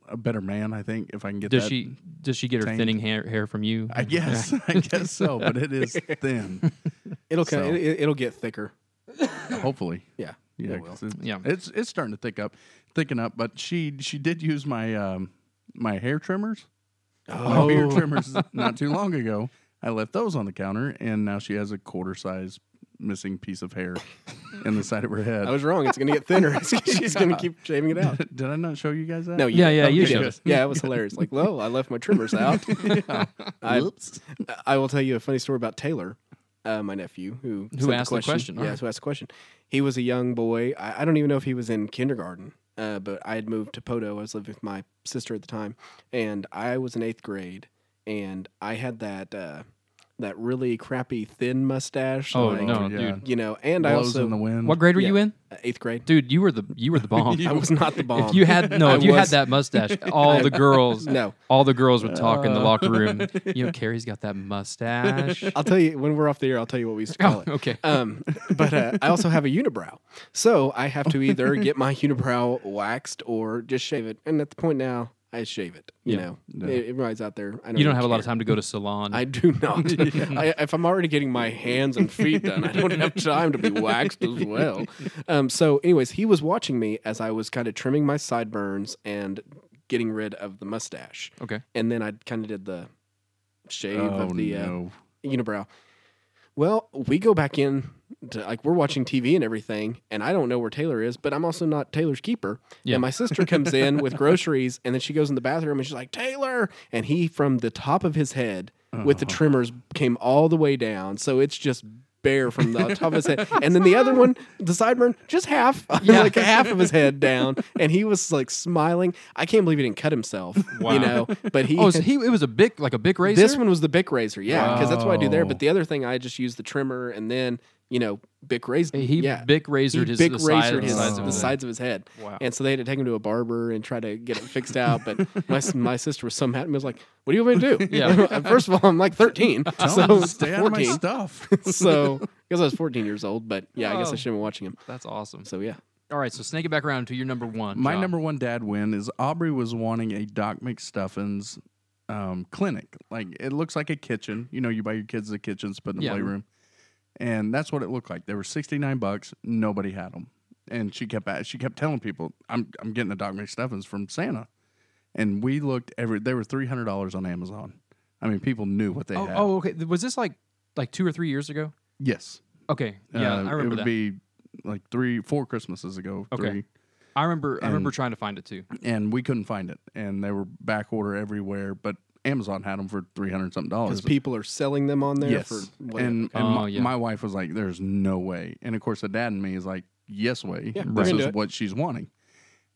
[SPEAKER 2] a better man. I think if I can get
[SPEAKER 3] does
[SPEAKER 2] that
[SPEAKER 3] she does she get her
[SPEAKER 2] tamed.
[SPEAKER 3] thinning hair, hair from you
[SPEAKER 2] I guess, <laughs> I guess so, but it
[SPEAKER 3] <laughs>
[SPEAKER 2] is thin.
[SPEAKER 1] It'll kind
[SPEAKER 2] So-
[SPEAKER 1] it, it'll get thicker.
[SPEAKER 2] Hopefully,
[SPEAKER 1] Yeah.
[SPEAKER 2] yeah,
[SPEAKER 1] It will.
[SPEAKER 2] 'cause it-
[SPEAKER 3] Yeah.
[SPEAKER 2] It's it's starting to thick up, thicken up. But she she did use my um my hair trimmers, my beard
[SPEAKER 1] Oh. <laughs>
[SPEAKER 2] trimmers not too long ago. I left those on the counter, and now she has a quarter size missing piece of hair in the side of
[SPEAKER 1] <laughs>
[SPEAKER 2] her
[SPEAKER 1] I
[SPEAKER 2] head.
[SPEAKER 1] was wrong. It's going to get thinner. <laughs> She's
[SPEAKER 3] <laughs>
[SPEAKER 1] going to keep shaving it out.
[SPEAKER 2] <laughs> Did I not show you guys that?
[SPEAKER 1] No, you
[SPEAKER 3] Yeah,
[SPEAKER 1] did.
[SPEAKER 3] yeah, you
[SPEAKER 1] Okay,
[SPEAKER 3] showed
[SPEAKER 1] good.
[SPEAKER 3] us.
[SPEAKER 1] Yeah, it was hilarious. Like, well, I left my trimmers
[SPEAKER 3] <laughs>
[SPEAKER 1] out. I, I will tell you a funny story about Taylor, uh, my nephew, who sent
[SPEAKER 3] asked the question,
[SPEAKER 1] Yeah,
[SPEAKER 3] alright.
[SPEAKER 1] who asked the question. He was a young boy. I, I don't even know if he was in kindergarten, uh, but I had moved to Poto. I was living with my sister at the time, and I was in eighth grade, and I had that uh, that really crappy thin mustache.
[SPEAKER 3] oh
[SPEAKER 1] like,
[SPEAKER 3] no
[SPEAKER 2] yeah.
[SPEAKER 3] dude
[SPEAKER 1] you know, and I
[SPEAKER 2] blows
[SPEAKER 1] also
[SPEAKER 2] in the wind.
[SPEAKER 3] what grade were you
[SPEAKER 1] Yeah.
[SPEAKER 3] in
[SPEAKER 1] uh, eighth grade.
[SPEAKER 3] dude you were the
[SPEAKER 1] <laughs>
[SPEAKER 3] you were the bomb
[SPEAKER 1] I was not the bomb.
[SPEAKER 3] <laughs> if you had no
[SPEAKER 1] <laughs> I
[SPEAKER 3] if you had
[SPEAKER 1] was- <laughs>
[SPEAKER 3] that mustache all the girls
[SPEAKER 1] no. Uh.
[SPEAKER 3] all the girls would talk in the
[SPEAKER 1] <laughs>
[SPEAKER 3] locker room you know carrie's got that mustache
[SPEAKER 1] I'll tell you when we're off the air. I'll tell you what we used to call
[SPEAKER 3] <laughs> Oh,
[SPEAKER 1] it.
[SPEAKER 3] okay.
[SPEAKER 1] Um, but uh, I also have a unibrow, so I have to
[SPEAKER 3] <laughs>
[SPEAKER 1] either get my unibrow waxed or just shave it. And at the point now, I shave it. You
[SPEAKER 3] Yeah.
[SPEAKER 1] know, It- everybody's out there. I don't
[SPEAKER 3] you don't have a lot of
[SPEAKER 1] care.
[SPEAKER 3] time to go to salon
[SPEAKER 1] I do
[SPEAKER 3] <laughs>
[SPEAKER 1] not. I, if I'm already getting my hands and feet done, I don't have time to be waxed as well. Um, so, anyways, he was watching me as I was kind of trimming my sideburns and getting rid of the mustache.
[SPEAKER 3] okay
[SPEAKER 1] And then I kind of did the shave
[SPEAKER 2] Oh
[SPEAKER 1] of the uh,
[SPEAKER 2] no!
[SPEAKER 1] unibrow. Well, we go back in to like we're watching TV and everything, and I don't know where Taylor is, but I'm also not Taylor's keeper.
[SPEAKER 3] Yeah.
[SPEAKER 1] And my sister
[SPEAKER 3] <laughs>
[SPEAKER 1] comes in with groceries, and then she goes in the bathroom and she's like, Taylor. And he, from the top of his head with
[SPEAKER 3] Uh-huh.
[SPEAKER 1] the trimmers, came all the way down. So it's just bare from the top of his
[SPEAKER 3] <laughs>
[SPEAKER 1] head. And then the other one, the sideburn, just half, <laughs>
[SPEAKER 3] Yeah.
[SPEAKER 1] like half of his head down. And he was like smiling. I can't believe he didn't cut himself,
[SPEAKER 3] Wow.
[SPEAKER 1] you know, but he,
[SPEAKER 3] oh so he it was a big like a big razor
[SPEAKER 1] this one was the Bic razor, yeah, because that's what I do there.
[SPEAKER 2] Wow.
[SPEAKER 3] Oh.
[SPEAKER 1] But the other thing, I just use the trimmer and then you know Bic razor.
[SPEAKER 3] He
[SPEAKER 1] yeah.
[SPEAKER 3] Bic razored
[SPEAKER 1] He
[SPEAKER 3] his
[SPEAKER 1] Bic
[SPEAKER 3] the side-
[SPEAKER 1] razored
[SPEAKER 3] the
[SPEAKER 1] his,
[SPEAKER 3] sides
[SPEAKER 1] the
[SPEAKER 3] of his
[SPEAKER 1] sides of his head.
[SPEAKER 3] Wow.
[SPEAKER 1] And so they had to take him to a barber and try to get it fixed out.
[SPEAKER 3] <laughs>
[SPEAKER 1] But my s- my sister was somehow and was like, "What do you want me to do?" <laughs>
[SPEAKER 3] Yeah.
[SPEAKER 1] First of all, I'm like 13,
[SPEAKER 3] <laughs>
[SPEAKER 1] <laughs>
[SPEAKER 2] Tell
[SPEAKER 1] so
[SPEAKER 2] them to
[SPEAKER 1] it's
[SPEAKER 2] stay out of my
[SPEAKER 1] 14. <laughs>
[SPEAKER 2] stuff.
[SPEAKER 1] so because I was 14 years old, but yeah, I guess
[SPEAKER 3] Oh.
[SPEAKER 1] I should have been watching him.
[SPEAKER 3] That's awesome.
[SPEAKER 1] So yeah,
[SPEAKER 3] All right, so snake it back around to your number one.
[SPEAKER 2] My
[SPEAKER 3] John.
[SPEAKER 2] number one dad win is Aubrey was wanting a Doc McStuffins um, clinic. Like it looks like a kitchen. You know, you buy your kids the kitchens, put in the
[SPEAKER 3] Yeah.
[SPEAKER 2] playroom, and that's what it looked like. They were sixty nine bucks. Nobody had them, and she kept at, she kept telling people, "I'm I'm getting a Doc McStuffins from Santa," and we looked every. They were three hundred dollars on Amazon. I mean, people knew what they
[SPEAKER 3] Oh,
[SPEAKER 2] had.
[SPEAKER 3] oh, okay. Th- Was this like like two or three years ago?
[SPEAKER 2] yes,
[SPEAKER 3] Okay,
[SPEAKER 2] Uh,
[SPEAKER 3] yeah, I remember
[SPEAKER 2] It would
[SPEAKER 3] that.
[SPEAKER 2] be like three, four Christmases ago.
[SPEAKER 3] Okay.
[SPEAKER 2] Three.
[SPEAKER 3] I remember. I remember
[SPEAKER 2] and-
[SPEAKER 3] trying to find it too.
[SPEAKER 2] and we couldn't find it and they were back order everywhere but Amazon had them for three hundred something
[SPEAKER 1] because
[SPEAKER 2] dollars.
[SPEAKER 1] people are selling them on there
[SPEAKER 2] yes,
[SPEAKER 1] for
[SPEAKER 2] and,
[SPEAKER 1] whatever.
[SPEAKER 2] and
[SPEAKER 3] Oh,
[SPEAKER 2] my,
[SPEAKER 3] yeah.
[SPEAKER 2] my wife was like, "There's no way," and of course the dad in me is like, "Yes way,
[SPEAKER 1] Yeah, we're
[SPEAKER 2] this
[SPEAKER 1] into
[SPEAKER 2] is
[SPEAKER 1] it.
[SPEAKER 2] what she's wanting."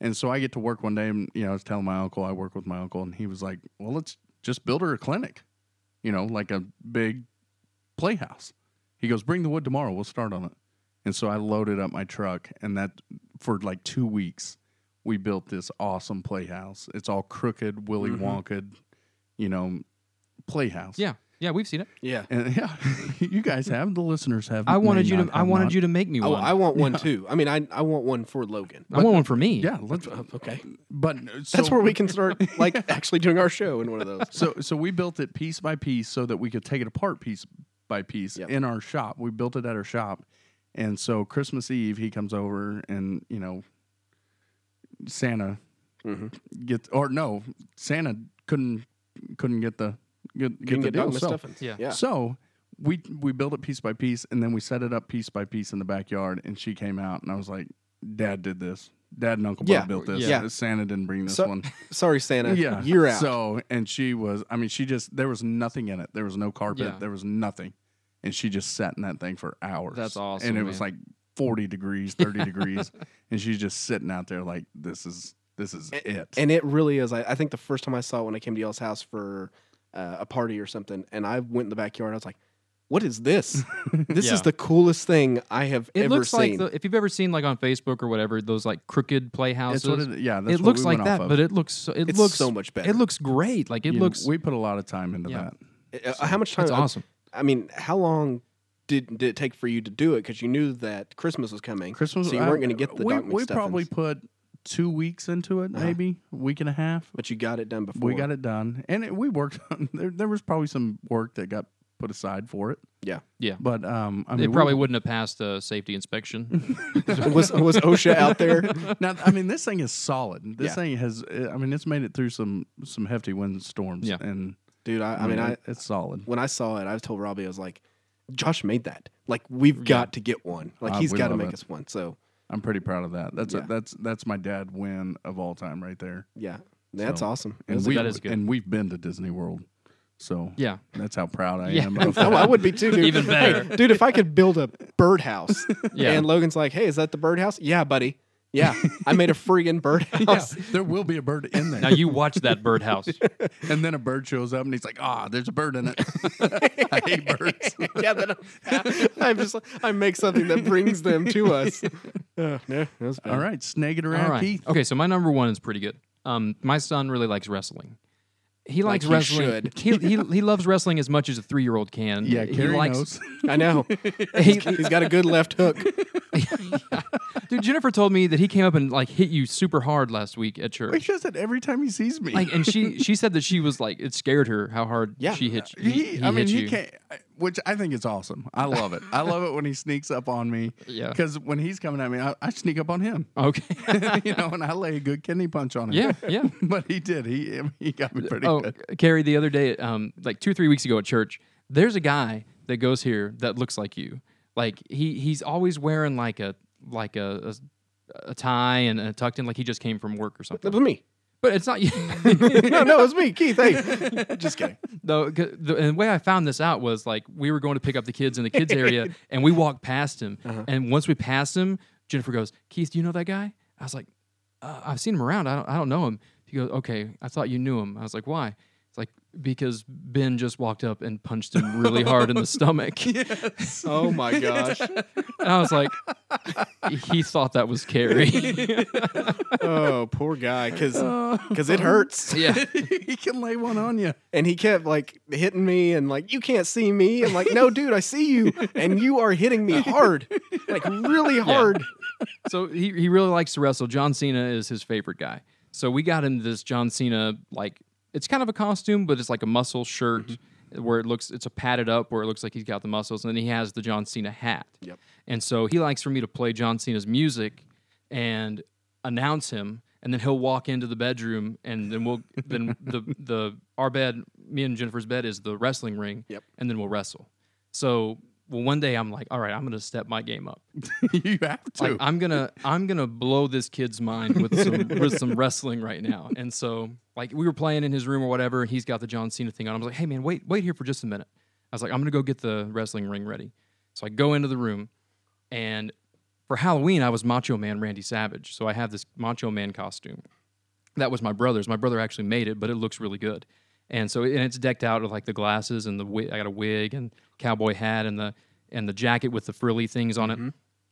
[SPEAKER 2] And so I get to work one day, and you know, I was telling my uncle I work with my uncle, and he was like, "Well, let's just build her a clinic, you know, like a big playhouse." He goes, "Bring the wood tomorrow. We'll start on it." And so I loaded up my truck, and that for like two weeks, we built this awesome playhouse. It's all crooked, Willy
[SPEAKER 1] Mhm.
[SPEAKER 2] Wonka, you know, playhouse.
[SPEAKER 3] Mm-hmm. Yeah, yeah, we've seen it.
[SPEAKER 1] yeah.
[SPEAKER 2] And <laughs> yeah, you guys have the listeners have.
[SPEAKER 3] I wanted
[SPEAKER 2] may
[SPEAKER 3] you
[SPEAKER 2] not
[SPEAKER 3] to. I
[SPEAKER 2] have
[SPEAKER 3] wanted
[SPEAKER 2] not.
[SPEAKER 3] you to make me
[SPEAKER 1] Oh,
[SPEAKER 3] one.
[SPEAKER 1] I want one too. I mean, I I want one for Logan.
[SPEAKER 3] I want one for me.
[SPEAKER 2] Yeah, let's.
[SPEAKER 3] Oh,
[SPEAKER 1] Okay,
[SPEAKER 3] <laughs>
[SPEAKER 2] But so,
[SPEAKER 1] that's where we can start like actually doing our show in one of those.
[SPEAKER 2] <laughs>
[SPEAKER 3] <laughs>
[SPEAKER 2] So so we built it piece by piece so that we could take it apart piece by piece
[SPEAKER 1] Yep.
[SPEAKER 2] in our shop. We built it at our shop, and so Christmas Eve he comes over and you know Santa
[SPEAKER 1] Mhm.
[SPEAKER 3] Mm-hmm.
[SPEAKER 2] gets or no Santa couldn't couldn't get the
[SPEAKER 1] You
[SPEAKER 2] get, get
[SPEAKER 1] can
[SPEAKER 2] the
[SPEAKER 1] get
[SPEAKER 2] deal.
[SPEAKER 1] Miss
[SPEAKER 2] So-
[SPEAKER 1] Stuffins.
[SPEAKER 3] Yeah.
[SPEAKER 1] yeah.
[SPEAKER 2] So we we built it piece by piece, and then we set it up piece by piece in the backyard. And she came out, and I was like, "Dad did this. Dad and Uncle Bob
[SPEAKER 1] Yeah.
[SPEAKER 2] built this.
[SPEAKER 1] Yeah.
[SPEAKER 2] Santa didn't bring this
[SPEAKER 1] So-
[SPEAKER 2] one.
[SPEAKER 1] Sorry, Santa.
[SPEAKER 2] <laughs> yeah,
[SPEAKER 1] you're out.
[SPEAKER 2] So and she was. I mean, she just there was nothing in it. There was no carpet.
[SPEAKER 3] Yeah.
[SPEAKER 2] There was nothing, and she just sat in that thing for hours.
[SPEAKER 3] That's awesome,
[SPEAKER 2] And it was
[SPEAKER 3] man.
[SPEAKER 2] like forty degrees, thirty
[SPEAKER 3] <laughs>
[SPEAKER 2] degrees, and she's just sitting out there like this is this is
[SPEAKER 1] And-
[SPEAKER 2] it.
[SPEAKER 1] And it really is. I, I think the first time I saw it when I came to y'all's house for uh, a party or something, and I went in the backyard. I was like, "What is
[SPEAKER 3] <laughs>
[SPEAKER 1] this? This
[SPEAKER 3] Yeah.
[SPEAKER 1] is the coolest thing I have
[SPEAKER 3] It
[SPEAKER 1] ever
[SPEAKER 3] looks
[SPEAKER 1] seen."
[SPEAKER 3] like the, if you've ever seen like on Facebook or whatever those like crooked
[SPEAKER 2] That's
[SPEAKER 3] playhouses.
[SPEAKER 2] what it, yeah, that's
[SPEAKER 3] it
[SPEAKER 2] what
[SPEAKER 3] looks
[SPEAKER 2] we
[SPEAKER 3] like
[SPEAKER 2] went
[SPEAKER 3] that,
[SPEAKER 2] off of.
[SPEAKER 3] but it looks so- it
[SPEAKER 1] it's
[SPEAKER 3] looks
[SPEAKER 1] so much better.
[SPEAKER 3] it looks great. Like it
[SPEAKER 2] You know,
[SPEAKER 3] looks
[SPEAKER 2] We put a lot of time into
[SPEAKER 3] Yeah.
[SPEAKER 2] that.
[SPEAKER 1] Uh, how much time?
[SPEAKER 3] that's awesome.
[SPEAKER 1] I mean, how long did did it take for you to do it? Because you knew that Christmas was coming.
[SPEAKER 2] Christmas.
[SPEAKER 1] So you
[SPEAKER 2] I-
[SPEAKER 1] weren't gonna get the
[SPEAKER 2] We,
[SPEAKER 1] Doc
[SPEAKER 2] we probably
[SPEAKER 1] McStuffins.
[SPEAKER 2] put two weeks into it,
[SPEAKER 1] Uh-huh.
[SPEAKER 2] maybe a week and a half.
[SPEAKER 1] but you got it done before.
[SPEAKER 2] We got it done, and it, we worked on. <laughs> There, there was probably some work that got put aside for it.
[SPEAKER 1] Yeah. <laughs>
[SPEAKER 3] Yeah.
[SPEAKER 2] but um, I mean,
[SPEAKER 3] it probably wouldn't have passed a safety inspection.
[SPEAKER 2] <laughs>
[SPEAKER 1] was was OSHA out
[SPEAKER 3] <laughs>
[SPEAKER 1] there?
[SPEAKER 2] would. <laughs> now, I mean, this thing is solid. This
[SPEAKER 1] Yeah.
[SPEAKER 2] thing has. I mean, it's made it through some some hefty windstorms.
[SPEAKER 3] Yeah.
[SPEAKER 2] and
[SPEAKER 1] Dude, I, I mean, I
[SPEAKER 2] it- it's solid.
[SPEAKER 1] when I saw it, I told Robbie, I was like, "Josh made that. Like, we've got to get one. Like,
[SPEAKER 2] Ah,
[SPEAKER 1] he's
[SPEAKER 2] we
[SPEAKER 1] got to
[SPEAKER 2] love
[SPEAKER 1] make
[SPEAKER 2] it.
[SPEAKER 1] us one." So
[SPEAKER 2] I'm pretty proud of that. That's
[SPEAKER 1] Yeah.
[SPEAKER 2] a, that's that's my dad win of all time right there.
[SPEAKER 1] yeah, that's
[SPEAKER 2] So,
[SPEAKER 1] awesome.
[SPEAKER 2] And
[SPEAKER 1] That's
[SPEAKER 2] we
[SPEAKER 3] that is good.
[SPEAKER 2] and we've been to Disney World, so
[SPEAKER 3] yeah.
[SPEAKER 2] that's how proud I
[SPEAKER 3] Yeah. <laughs>
[SPEAKER 2] am. Of
[SPEAKER 1] Oh, <laughs>
[SPEAKER 2] that.
[SPEAKER 1] I would be too, dude.
[SPEAKER 3] Even better.
[SPEAKER 1] Hey, dude. If I could build a
[SPEAKER 2] <laughs>
[SPEAKER 1] birdhouse,
[SPEAKER 3] Yeah.
[SPEAKER 1] and Logan's like, "Hey, is that the birdhouse?" Yeah, buddy. Yeah, I made a friggin' birdhouse.
[SPEAKER 2] <laughs> <laughs> there will be a bird in
[SPEAKER 3] <laughs>
[SPEAKER 2] there.
[SPEAKER 3] Now you watch that birdhouse.
[SPEAKER 2] <laughs> And then a bird shows up and he's like, ah, there's a bird in it. <laughs> I hate birds.
[SPEAKER 1] <laughs> yeah, then I'm, I'm <laughs> just I make something that brings them to
[SPEAKER 2] <laughs>
[SPEAKER 1] us. Uh, yeah, that's bad.
[SPEAKER 2] <laughs> All right, snag it around,
[SPEAKER 3] All right.
[SPEAKER 2] Keith.
[SPEAKER 3] Okay, so my number one is pretty good. Um, my son really likes wrestling. He
[SPEAKER 1] Like
[SPEAKER 3] likes
[SPEAKER 1] he
[SPEAKER 3] wrestling. He, he, he loves wrestling as much as a three year old can.
[SPEAKER 2] Yeah,
[SPEAKER 3] he
[SPEAKER 2] Carrie
[SPEAKER 3] likes.
[SPEAKER 2] knows.
[SPEAKER 1] I
[SPEAKER 2] <laughs>
[SPEAKER 1] know.
[SPEAKER 3] He,
[SPEAKER 1] He's got a good left hook.
[SPEAKER 3] <laughs> dude, Jennifer told me that he came up and like hit you super hard last week at
[SPEAKER 2] He
[SPEAKER 3] church.
[SPEAKER 2] does it every time he sees me.
[SPEAKER 3] Like, and she she said that she was like it scared her how hard
[SPEAKER 1] Yeah.
[SPEAKER 3] she hit.
[SPEAKER 2] he,
[SPEAKER 3] he
[SPEAKER 2] I mean,
[SPEAKER 3] hit
[SPEAKER 2] he
[SPEAKER 3] you.
[SPEAKER 2] can't, which I think is awesome. I love it. I love it when he sneaks up on me.
[SPEAKER 3] <laughs> Yeah.
[SPEAKER 2] Because when he's coming at me, I, I sneak up on him.
[SPEAKER 3] Okay.
[SPEAKER 2] <laughs> you know, and I lay a good kidney punch on him.
[SPEAKER 3] Yeah, yeah.
[SPEAKER 2] <laughs> but he did. He I mean, he got me pretty
[SPEAKER 3] oh,
[SPEAKER 2] good. <laughs>
[SPEAKER 3] Carrie, the other day, um, like two or three weeks ago at church, there's a guy that goes here that looks like you. Like he he's always wearing like a like a a, a tie and a tucked in, like he just came from work or
[SPEAKER 1] That
[SPEAKER 3] something.
[SPEAKER 1] was me.
[SPEAKER 3] But it's
[SPEAKER 2] <laughs>
[SPEAKER 3] not you. <laughs>
[SPEAKER 1] No, no, it's me, Keith. Hey, just kidding.
[SPEAKER 3] Though, 'cause the, and the way I found this out was like we were going to pick up the kids in the kids area, and we walked past him. And once we passed him, Jennifer goes, "Keith, do you know that guy?" I was like, uh, "I've seen him around. I don't, I don't know him." He goes, "Okay, I thought you knew him." I was like, "Why?" It's like because Ben just walked up and punched him really hard in the stomach,
[SPEAKER 1] Oh my gosh.
[SPEAKER 3] and I was like, "He thought that was Carrie."
[SPEAKER 1] Oh, poor guy, because it
[SPEAKER 2] <laughs>
[SPEAKER 1] hurts.
[SPEAKER 3] yeah,
[SPEAKER 2] Oh. he can lay one on you.
[SPEAKER 1] And he kept like hitting me and like, you can't see me. And like, no, dude, I see you. And you are hitting me hard, like really hard.
[SPEAKER 3] so he, he really likes to wrestle. John Cena is his favorite guy. So we got him this John Cena like it's kind of a costume, but it's like a muscle shirt
[SPEAKER 1] Mm-hmm.
[SPEAKER 3] where it looks it's a padded up where it looks like he's got the muscles, and then he has the John Cena hat.
[SPEAKER 1] Yep.
[SPEAKER 3] And so he likes for me to play John Cena's music and announce him, and then he'll walk into the bedroom, and
[SPEAKER 1] <laughs>
[SPEAKER 3] then we'll then the the our bed, me and Jennifer's bed is the wrestling ring.
[SPEAKER 1] Yep.
[SPEAKER 3] And then we'll wrestle. So well, one day I'm like, all right, I'm gonna step my game up.
[SPEAKER 2] <laughs> you have to.
[SPEAKER 3] Like, I'm gonna I'm gonna blow this kid's mind with some with some wrestling right now. And so like we were playing in his room or whatever, and he's got the John Cena thing on. I was like, hey man, wait wait here for just a minute. I was like, I'm gonna go get the wrestling ring ready. So I go into the room, and for Halloween I was Macho Man Randy Savage. So I have this Macho Man costume. That was my brother's. My brother actually made it, but it looks really good. And so and it's decked out with like the glasses and the wig. I got a wig and cowboy hat and the and the jacket with the frilly things on it.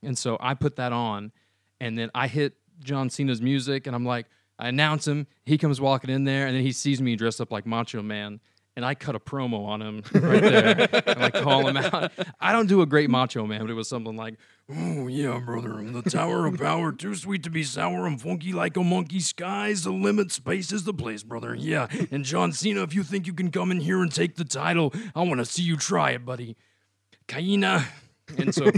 [SPEAKER 3] And so I put that on, and then I hit John Cena's music, and I'm like, I announce him. He comes walking in there, and then he sees me dressed up like Macho Man, and I cut a promo on him right there, and I call him out. I don't do a great Macho Man, but it was something like, "Oh yeah, brother, I'm the tower of power, too sweet to be sour. I'm funky like a monkey. Sky's the limit, space is the place, brother. Yeah, and John Cena, if you think you can come in here and take the title, I want to see you try it, buddy." Kaina. And so <laughs>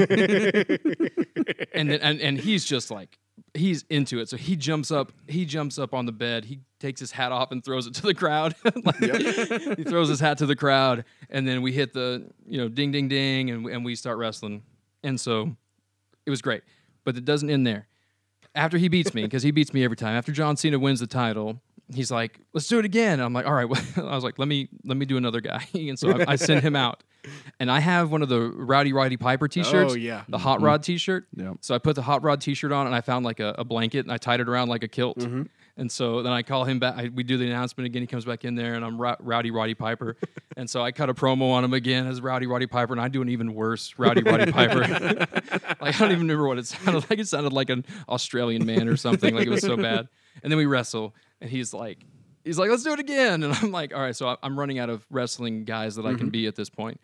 [SPEAKER 3] and, then, and and he's just like he's into it. So he jumps up, he jumps up on the bed, he takes his hat off and throws it to the crowd. <laughs> Like, He throws his hat to the crowd, and then we hit the you know ding ding ding, and and we start wrestling. And so it was great, but it doesn't end there. After he beats me, because he beats me every time. After John Cena wins the title, he's like, "Let's do it again." And I'm like, "All right." <laughs> Well, I was like, "Let me let me do another guy." <laughs> and so I, I sent him out, and I have one of the Rowdy Roddy Piper T-shirts.
[SPEAKER 1] Oh, yeah.
[SPEAKER 3] the Hot Rod T-shirt.
[SPEAKER 2] Yep.
[SPEAKER 3] So I put the Hot Rod T-shirt on, and I found like a, a blanket, and I tied it around like a kilt.
[SPEAKER 1] Mm-hmm.
[SPEAKER 3] And so then I call him back. I, we do the announcement again. He comes back in there, and I'm Ro- Rowdy Roddy Piper. and so I cut a promo on him again as Rowdy Roddy Piper, and I do an even worse Rowdy
[SPEAKER 1] <laughs>
[SPEAKER 3] Roddy Piper. like I don't even remember what it sounded like. It sounded like an Australian man or something. Like it was
[SPEAKER 2] <laughs>
[SPEAKER 3] so bad. And then we wrestle, and he's like, he's like, let's do it again. And I'm like, all right. So I- I'm running out of wrestling guys that I
[SPEAKER 2] Mm-hmm.
[SPEAKER 3] can be at this point.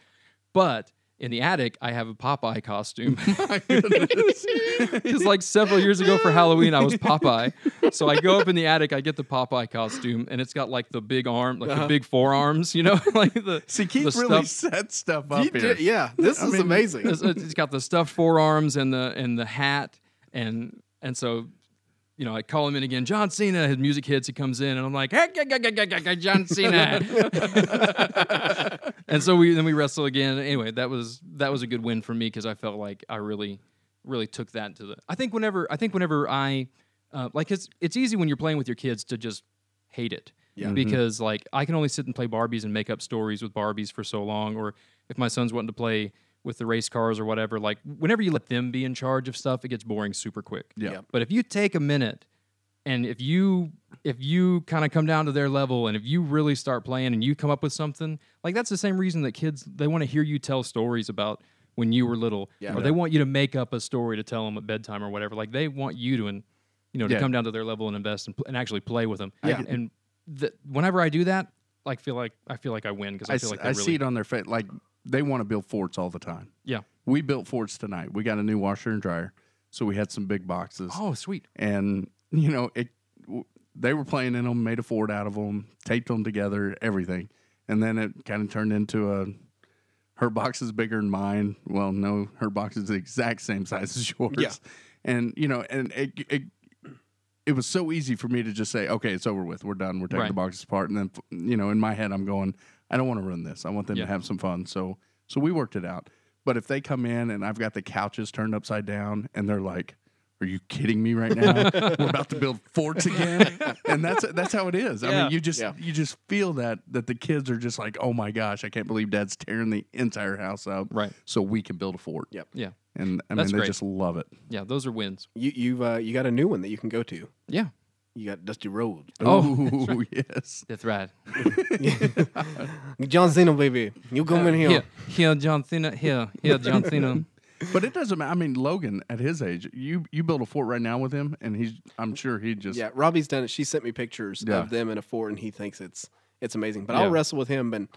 [SPEAKER 3] But in the attic, I have a Popeye
[SPEAKER 2] <laughs>
[SPEAKER 3] costume. <laughs> Because like several years ago for Halloween, I was Popeye. So I go up in the attic, I get the Popeye costume, and it's got like the big arm, like the big forearms, you know, <laughs> like the
[SPEAKER 2] Uh-huh. See, Keith
[SPEAKER 3] the
[SPEAKER 2] really
[SPEAKER 3] stuff.
[SPEAKER 2] set stuff up
[SPEAKER 1] You
[SPEAKER 2] here.
[SPEAKER 1] did- yeah, this is amazing.
[SPEAKER 3] It's, it's got the stuffed forearms and the and the hat and and so. You know, I call him in again. John Cena. His music hits. He comes in, and I'm like, "Hey, g- g- g- g- g-
[SPEAKER 1] <laughs>
[SPEAKER 3] John Cena." and so we then we wrestle again. Anyway, that was that was a good win for me because I felt like I really really took that to the. I think whenever I think whenever I uh, like it's it's easy when you're playing with your kids to just hate it.
[SPEAKER 1] Yeah. Mhm.
[SPEAKER 3] Because like I can only sit and play Barbies and make up stories with Barbies for so long, or if my son's wanting to play with the race cars or whatever, like whenever you let them be in charge of stuff, it gets boring super quick.
[SPEAKER 2] Yeah.
[SPEAKER 1] Yep.
[SPEAKER 3] But if you take a minute and if you if you kind of come down to their level and if you really start playing and you come up with something, like that's the same reason that kids they want to hear you tell stories about when you were little
[SPEAKER 1] Yeah.
[SPEAKER 3] or they want you to make up a story to tell them at bedtime or whatever. Like they want you to and you know to
[SPEAKER 2] Yeah.
[SPEAKER 3] come down to their level and invest and, pl- and actually play with them.
[SPEAKER 1] Yeah.
[SPEAKER 3] And th- whenever I do that, like feel like I feel like I win because I,
[SPEAKER 2] I,
[SPEAKER 3] feel
[SPEAKER 2] s-
[SPEAKER 3] like they
[SPEAKER 2] I
[SPEAKER 3] really
[SPEAKER 2] see it on their face. Like they want to build forts all the time.
[SPEAKER 3] yeah.
[SPEAKER 2] We built forts tonight. We got a new washer and dryer, so we had some big boxes,
[SPEAKER 3] Oh, sweet.
[SPEAKER 2] and you know it. w- They were playing in them, made a fort out of them, taped them together, everything, and then it kind of turned into a. Her box is bigger than mine. Well, no, her box is the exact same size as yours.
[SPEAKER 1] Yeah.
[SPEAKER 2] and you know, and it. it it was so easy for me to just say, "Okay, it's over with. We're done. We're taking
[SPEAKER 3] Right.
[SPEAKER 2] the boxes apart." And then, f- you know, in my head, I'm going, "I don't want to ruin this. I want them
[SPEAKER 3] Yeah.
[SPEAKER 2] to have some fun." So, so we worked it out. But if they come in and I've got the couches turned upside down, and they're like, "Are you kidding me right
[SPEAKER 3] <laughs>
[SPEAKER 2] now? We're about to build forts again," and that's that's how it is. I
[SPEAKER 3] Yeah.
[SPEAKER 2] mean, you just
[SPEAKER 1] Yeah.
[SPEAKER 2] you just feel that that the kids are just like, "Oh my gosh, I can't believe Dad's tearing the entire house up,
[SPEAKER 3] Right.
[SPEAKER 2] So we can build a fort."
[SPEAKER 1] Yep.
[SPEAKER 3] Yeah.
[SPEAKER 2] And I
[SPEAKER 3] That's
[SPEAKER 2] mean, they
[SPEAKER 3] great.
[SPEAKER 2] just love it.
[SPEAKER 3] Yeah, those are wins.
[SPEAKER 1] You you've uh, you got a new one that you can go to.
[SPEAKER 3] Yeah.
[SPEAKER 1] You got Dusty Roads.
[SPEAKER 3] Oh,
[SPEAKER 2] Ooh, <laughs> yes.
[SPEAKER 3] That's right.
[SPEAKER 1] John Cena, baby, you come in here.
[SPEAKER 3] Here, here, John Cena. Here, here,
[SPEAKER 2] <laughs>
[SPEAKER 3] John Cena.
[SPEAKER 2] But it doesn't matter. I mean, Logan at his age, you you build a fort right now with him, and he's I'm sure he just
[SPEAKER 1] Yeah, Robbie's done it. She sent me pictures
[SPEAKER 2] Yeah.
[SPEAKER 1] of them in a fort, and he thinks it's it's amazing. But
[SPEAKER 3] Yeah.
[SPEAKER 1] I'll wrestle with him, and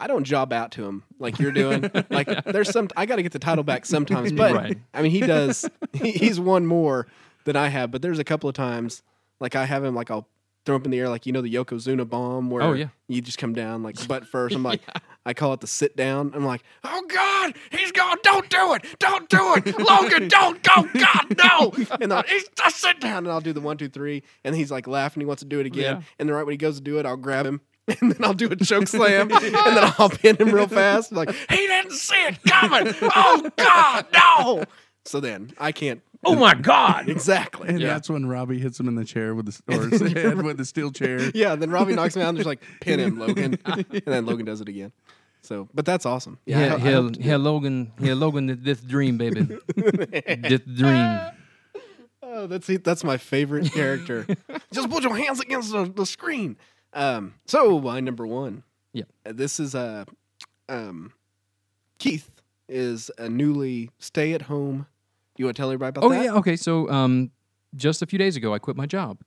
[SPEAKER 1] I don't job out to him like you're doing. like there's some I got to get the title back sometimes, but
[SPEAKER 3] Right.
[SPEAKER 1] I mean he
[SPEAKER 3] <laughs>
[SPEAKER 1] does. He, he's one more than I have, but there's a couple of times like I have him like I'll throw him in the air like you know the yokozuna bomb where
[SPEAKER 3] Oh, yeah.
[SPEAKER 1] you just come down like butt first.
[SPEAKER 3] <laughs>
[SPEAKER 1] I'm like. I call it the sit down. I'm like, oh God, he's going, don't do it, don't do it, Logan, don't go, God, no.
[SPEAKER 3] <laughs>
[SPEAKER 1] And I'll, he's just sit down, and I'll do the one, two, three, and he's like laughing, he wants to do it again.
[SPEAKER 3] Yeah.
[SPEAKER 1] And then right when he goes to do it, I'll grab him <laughs> and then I'll do a choke slam, <laughs> and then I'll pin him real fast. Like he didn't see it coming. Oh God, no! So then I can't.
[SPEAKER 3] Oh my god!
[SPEAKER 1] Exactly.
[SPEAKER 2] And
[SPEAKER 3] Yeah.
[SPEAKER 2] that's when Robbie hits him in the chair with the
[SPEAKER 1] <laughs>
[SPEAKER 2] or his head with the steel chair.
[SPEAKER 1] Yeah. Then Robbie knocks me out and just like pin him,
[SPEAKER 3] <laughs>
[SPEAKER 1] Logan, and then Logan does it again. So, but that's awesome.
[SPEAKER 3] Yeah,
[SPEAKER 1] I- I
[SPEAKER 3] yeah,
[SPEAKER 1] hope-
[SPEAKER 3] yeah, Logan, yeah, Logan, th- this
[SPEAKER 2] <laughs>
[SPEAKER 3] dream, baby, this dream.
[SPEAKER 1] <laughs> Oh, that's it. That's my favorite
[SPEAKER 3] <laughs>
[SPEAKER 1] character. Just put your hands against the, the screen. Um, so my number one.
[SPEAKER 3] Yeah.
[SPEAKER 1] Uh, This is uh, um, Keith is a newly stay at home. You want to tell everybody about
[SPEAKER 3] Oh
[SPEAKER 1] that?
[SPEAKER 3] yeah, okay. So um, just a few days ago, I quit my job,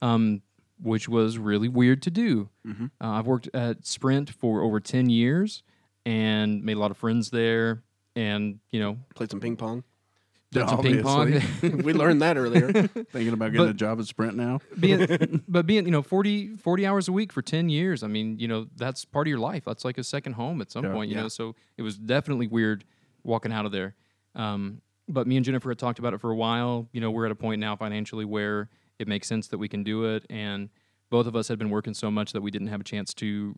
[SPEAKER 3] um, which was really weird to do.
[SPEAKER 1] Mhm.
[SPEAKER 3] Uh, I've worked at Sprint for over ten years and made a lot of friends there, and you know,
[SPEAKER 1] Played some ping pong. <laughs>
[SPEAKER 3] did some ping pong. <laughs>
[SPEAKER 2] Obviously.
[SPEAKER 1] we learned that earlier.
[SPEAKER 2] Thinking about getting
[SPEAKER 3] But-
[SPEAKER 2] a job at Sprint now.
[SPEAKER 3] being, but being you know 40, 40 hours a week for ten years, I mean, you know, that's part of your life. That's like a second home at some
[SPEAKER 2] Yeah.
[SPEAKER 3] point, you
[SPEAKER 1] Yeah.
[SPEAKER 3] know. So it was definitely weird walking out of there. Um, but me and Jennifer had talked about it for a while. You know, we're at a point now financially where it makes sense that we can do it, and both of us had been working so much that we didn't have a chance to,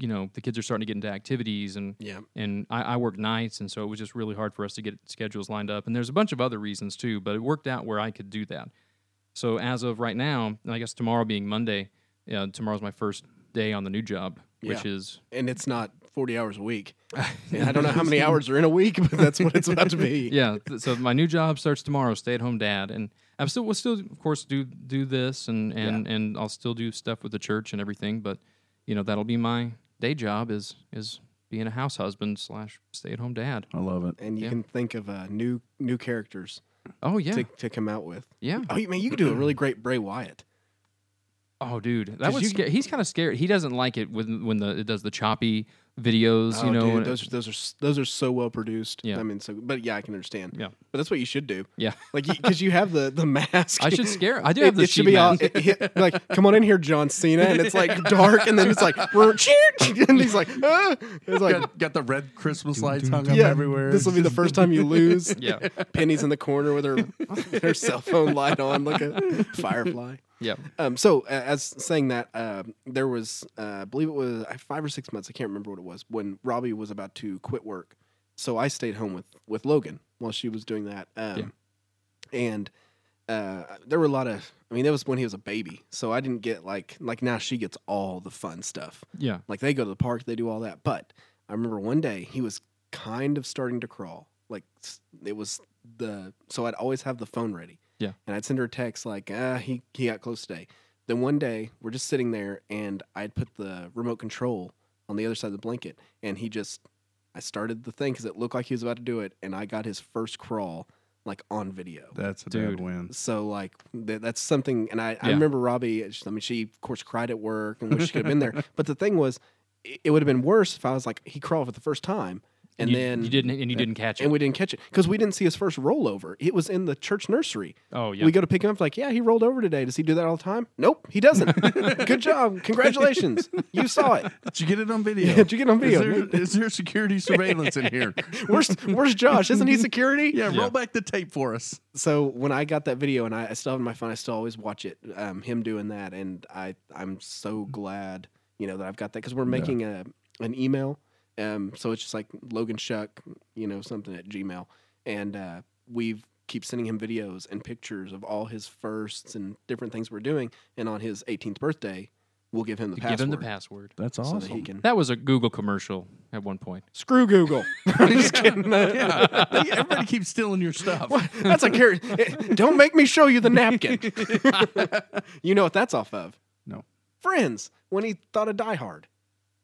[SPEAKER 3] you know, the kids are starting to get into activities and
[SPEAKER 1] yeah.
[SPEAKER 3] and I, I work nights, and so it was just really hard for us to get schedules lined up. And there's a bunch of other reasons too, but it worked out where I could do that. So as of right now, and I guess tomorrow being Monday, uh, tomorrow's my first day on the new job, which is
[SPEAKER 1] And it's not 40 hours a
[SPEAKER 3] <laughs>
[SPEAKER 1] week. And I don't know how many hours are in a week, but that's what it's about to be.
[SPEAKER 3] yeah. th- so my new job starts tomorrow. Stay at home dad, and I'm still, we'll still, of course, do do this, and and and I'll still do stuff with the church and everything. But you know that'll be my day job is is being a house husband slash stay at home dad.
[SPEAKER 2] I love it.
[SPEAKER 1] And you
[SPEAKER 3] Yeah.
[SPEAKER 1] can think of uh, new new characters
[SPEAKER 3] Oh yeah,
[SPEAKER 1] to, to come out with.
[SPEAKER 3] yeah.
[SPEAKER 1] Oh, you- man, you could do a really great Bray Wyatt.
[SPEAKER 3] Oh, dude, that
[SPEAKER 1] 'Cause
[SPEAKER 3] was
[SPEAKER 1] you-
[SPEAKER 3] scary. He's kind of scared. He doesn't like it when when the it does the choppy videos. you
[SPEAKER 1] Oh,
[SPEAKER 3] know,
[SPEAKER 1] dude,
[SPEAKER 3] and-
[SPEAKER 1] those are, those are s- those are so well produced.
[SPEAKER 3] Yeah.
[SPEAKER 1] I mean, so but yeah, I can understand.
[SPEAKER 3] Yeah.
[SPEAKER 1] but that's what you should do.
[SPEAKER 3] yeah.
[SPEAKER 1] Like because you have the the mask. <laughs>
[SPEAKER 3] I should scare. I do
[SPEAKER 1] It-
[SPEAKER 3] have the
[SPEAKER 1] it should
[SPEAKER 3] sheet
[SPEAKER 1] be all,
[SPEAKER 3] mask.
[SPEAKER 1] it- it- like, come on in here, John Cena, and it's like dark, and then it's
[SPEAKER 3] <laughs>
[SPEAKER 1] like, <laughs> and he's like, ah. it's like,
[SPEAKER 2] Got, got the red Christmas lights hung up
[SPEAKER 1] yeah,
[SPEAKER 2] everywhere.
[SPEAKER 1] This will be the first time you lose.
[SPEAKER 3] <laughs> Yeah.
[SPEAKER 1] Penny's in the corner with her <laughs> her cell phone light on, like
[SPEAKER 3] <laughs>
[SPEAKER 1] a firefly.
[SPEAKER 3] yeah,
[SPEAKER 1] Um, so a- as saying that, um, there was, uh, I believe it was uh, five or six months. I can't remember what it was when Robbie was about to quit work. So I stayed home with, with Logan while she was doing that. Um, and, uh, there were a lot of, I mean, that was when he was a baby. So I didn't get like, like now she gets all the fun stuff.
[SPEAKER 3] yeah.
[SPEAKER 1] Like they go to the park, they do all that. But I remember one day he was kind of starting to crawl. Like s- it was the so I'd always have the phone ready.
[SPEAKER 3] Yeah.
[SPEAKER 1] And I'd send her a text like, ah, he he got close today. Then one day we're just sitting there and I'd put the remote control on the other side of the blanket and he just I started the thing because it looked like he was about to do it and I got his first crawl like on video.
[SPEAKER 2] <laughs> That's a
[SPEAKER 3] Dude.
[SPEAKER 2] dad
[SPEAKER 1] <laughs>
[SPEAKER 2] win.
[SPEAKER 1] So like th- that's something, and I, I
[SPEAKER 3] Yeah.
[SPEAKER 1] remember Robbie. uh, she- I mean, she of course cried at work and wished she could have been
[SPEAKER 3] <laughs>
[SPEAKER 1] there. But the thing was, it, it would have been worse if I was like he crawled for the first time, and,
[SPEAKER 3] you,
[SPEAKER 1] then
[SPEAKER 3] you didn't and you didn't catch it.
[SPEAKER 1] and we didn't catch it because we didn't see his first rollover. It was in the church nursery.
[SPEAKER 3] oh yeah.
[SPEAKER 1] We go to pick him up, like, yeah, he rolled over today. Does he do that all the time? Nope, he
[SPEAKER 3] <laughs>
[SPEAKER 1] doesn't. Good job, congratulations, you saw it.
[SPEAKER 2] Did you get it on
[SPEAKER 1] <laughs>
[SPEAKER 2] video?
[SPEAKER 1] Did you get on video?
[SPEAKER 2] Is there, is
[SPEAKER 1] <laughs>
[SPEAKER 2] there security surveillance in here?
[SPEAKER 1] Where's Where's Josh? Isn't he security?
[SPEAKER 2] Yeah,
[SPEAKER 3] Yeah.
[SPEAKER 2] roll back the tape for us.
[SPEAKER 1] so when I got that video, and I, I still have it on my phone, I still always watch it. Um, him doing that, and I I'm so
[SPEAKER 3] Mm.
[SPEAKER 1] glad you know that I've got that because we're making a an email. Um, so it's just like Logan Shuck, you know, something at Gmail, and uh, we keep sending him videos and pictures of all his firsts and different things we're doing. And on his 18th birthday, we'll give him the
[SPEAKER 3] To
[SPEAKER 1] password.
[SPEAKER 3] give him the password.
[SPEAKER 2] That's
[SPEAKER 1] So that he can
[SPEAKER 3] That was a Google commercial at one point.
[SPEAKER 1] screw
[SPEAKER 3] <laughs>
[SPEAKER 1] Google. <laughs> I'm just kidding.
[SPEAKER 2] <laughs> yeah. Everybody keeps stealing your stuff.
[SPEAKER 1] That's a
[SPEAKER 3] <laughs>
[SPEAKER 1] carrot. Don't make me show you the napkin. you know what that's off of?
[SPEAKER 2] No.
[SPEAKER 1] Friends. When he thought of Die Hard.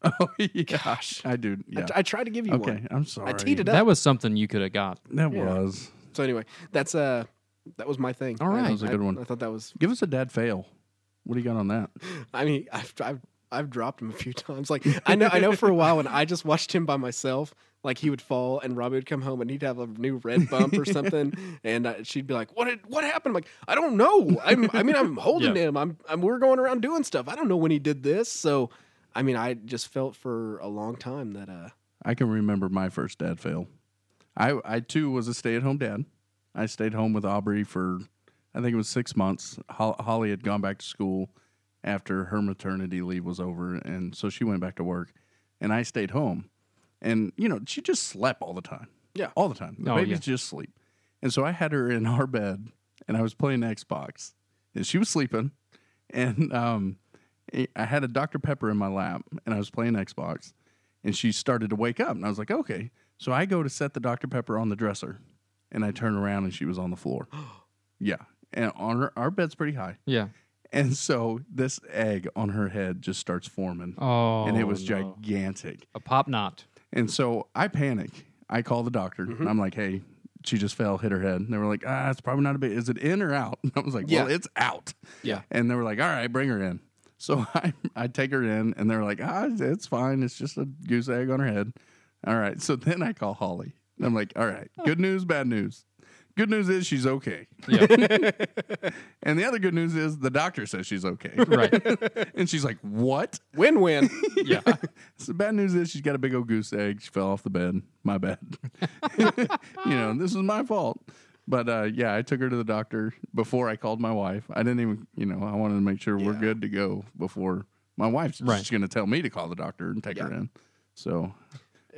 [SPEAKER 2] <laughs> Oh, gosh. I do.
[SPEAKER 1] I-
[SPEAKER 2] Yeah.
[SPEAKER 1] I, tried to give you
[SPEAKER 2] okay.
[SPEAKER 1] one.
[SPEAKER 2] I'm sorry.
[SPEAKER 1] I teed it up.
[SPEAKER 3] That was something you could have got.
[SPEAKER 2] That
[SPEAKER 1] Yeah.
[SPEAKER 2] was.
[SPEAKER 1] So anyway, that's uh that was my thing.
[SPEAKER 3] All
[SPEAKER 1] I-
[SPEAKER 3] right. That
[SPEAKER 2] was a
[SPEAKER 1] I-
[SPEAKER 2] good one.
[SPEAKER 1] I thought that was.
[SPEAKER 2] Give us a dad fail. What do you got on that?
[SPEAKER 1] <laughs> I mean, I've I've, I've dropped him a few times. Like I know I know for a while when I just watched him by myself. Like he would fall and Robbie would come home and he'd have a new red bump or something, and uh, she'd be like, "What? Did, what happened?" I'm like, "I don't know. I'm. I mean, I'm holding
[SPEAKER 3] Yeah.
[SPEAKER 1] him. I'm, I'm. We're going around doing stuff. I don't know when he did this. So, I mean, I just felt for a long time that uh,
[SPEAKER 2] I can remember my first dad fail. I I too was a stay at home dad. I stayed home with Aubrey for I think it was six months. Ho- Holly had gone back to school, after her maternity leave was over, and so she went back to work, and I stayed home, and you know she just slept all the time.
[SPEAKER 1] Yeah.
[SPEAKER 2] all the time. The
[SPEAKER 3] Oh,
[SPEAKER 2] babies
[SPEAKER 3] yeah.
[SPEAKER 2] just sleep, and so I had her in our bed, and I was playing Xbox, and she was sleeping, and um, I had a Dr Pepper in my lap, and I was playing Xbox, and she started to wake up, and I was like, okay. So I go to set the Dr Pepper on the dresser, and I turn around, and she was on the floor.
[SPEAKER 1] uh,
[SPEAKER 2] yeah, and on her, our bed's pretty high.
[SPEAKER 3] Yeah.
[SPEAKER 2] And so this egg on her head just starts forming.
[SPEAKER 3] Oh.
[SPEAKER 2] and it was
[SPEAKER 3] no.
[SPEAKER 2] gigantic.
[SPEAKER 3] a pop knot.
[SPEAKER 2] And so I panic. I call the doctor. and I'm like, hey, she just fell, hit her head. And they were like, ah, it's probably not a bit. Is it in or out? <laughs> And I was like, well,
[SPEAKER 1] Yeah.
[SPEAKER 2] it's out.
[SPEAKER 1] Yeah.
[SPEAKER 2] And they were like, all right, bring her in. So <laughs> I, I take her in and they're like, ah, it's fine. It's just a goose egg on her head. All right. So then I call Holly. And I'm like, all right, good news, bad news. Good news is she's okay.
[SPEAKER 3] Yeah.
[SPEAKER 2] <laughs> And the other good news is the doctor says she's okay.
[SPEAKER 3] right.
[SPEAKER 2] <laughs> and she's like, what?
[SPEAKER 1] <gasps> Win win. <laughs>
[SPEAKER 3] Yeah.
[SPEAKER 2] So the bad news is she's got a big old goose egg. She fell off the bed. My bad. <laughs> you know, this is my fault. But uh, yeah, I took her to the doctor before I called my wife. I didn't even, you know, I wanted to make sure we're
[SPEAKER 1] Yeah.
[SPEAKER 2] good to go before my wife's
[SPEAKER 3] Right.
[SPEAKER 2] just going to tell me to call the doctor and take her
[SPEAKER 1] Yeah.
[SPEAKER 2] in. So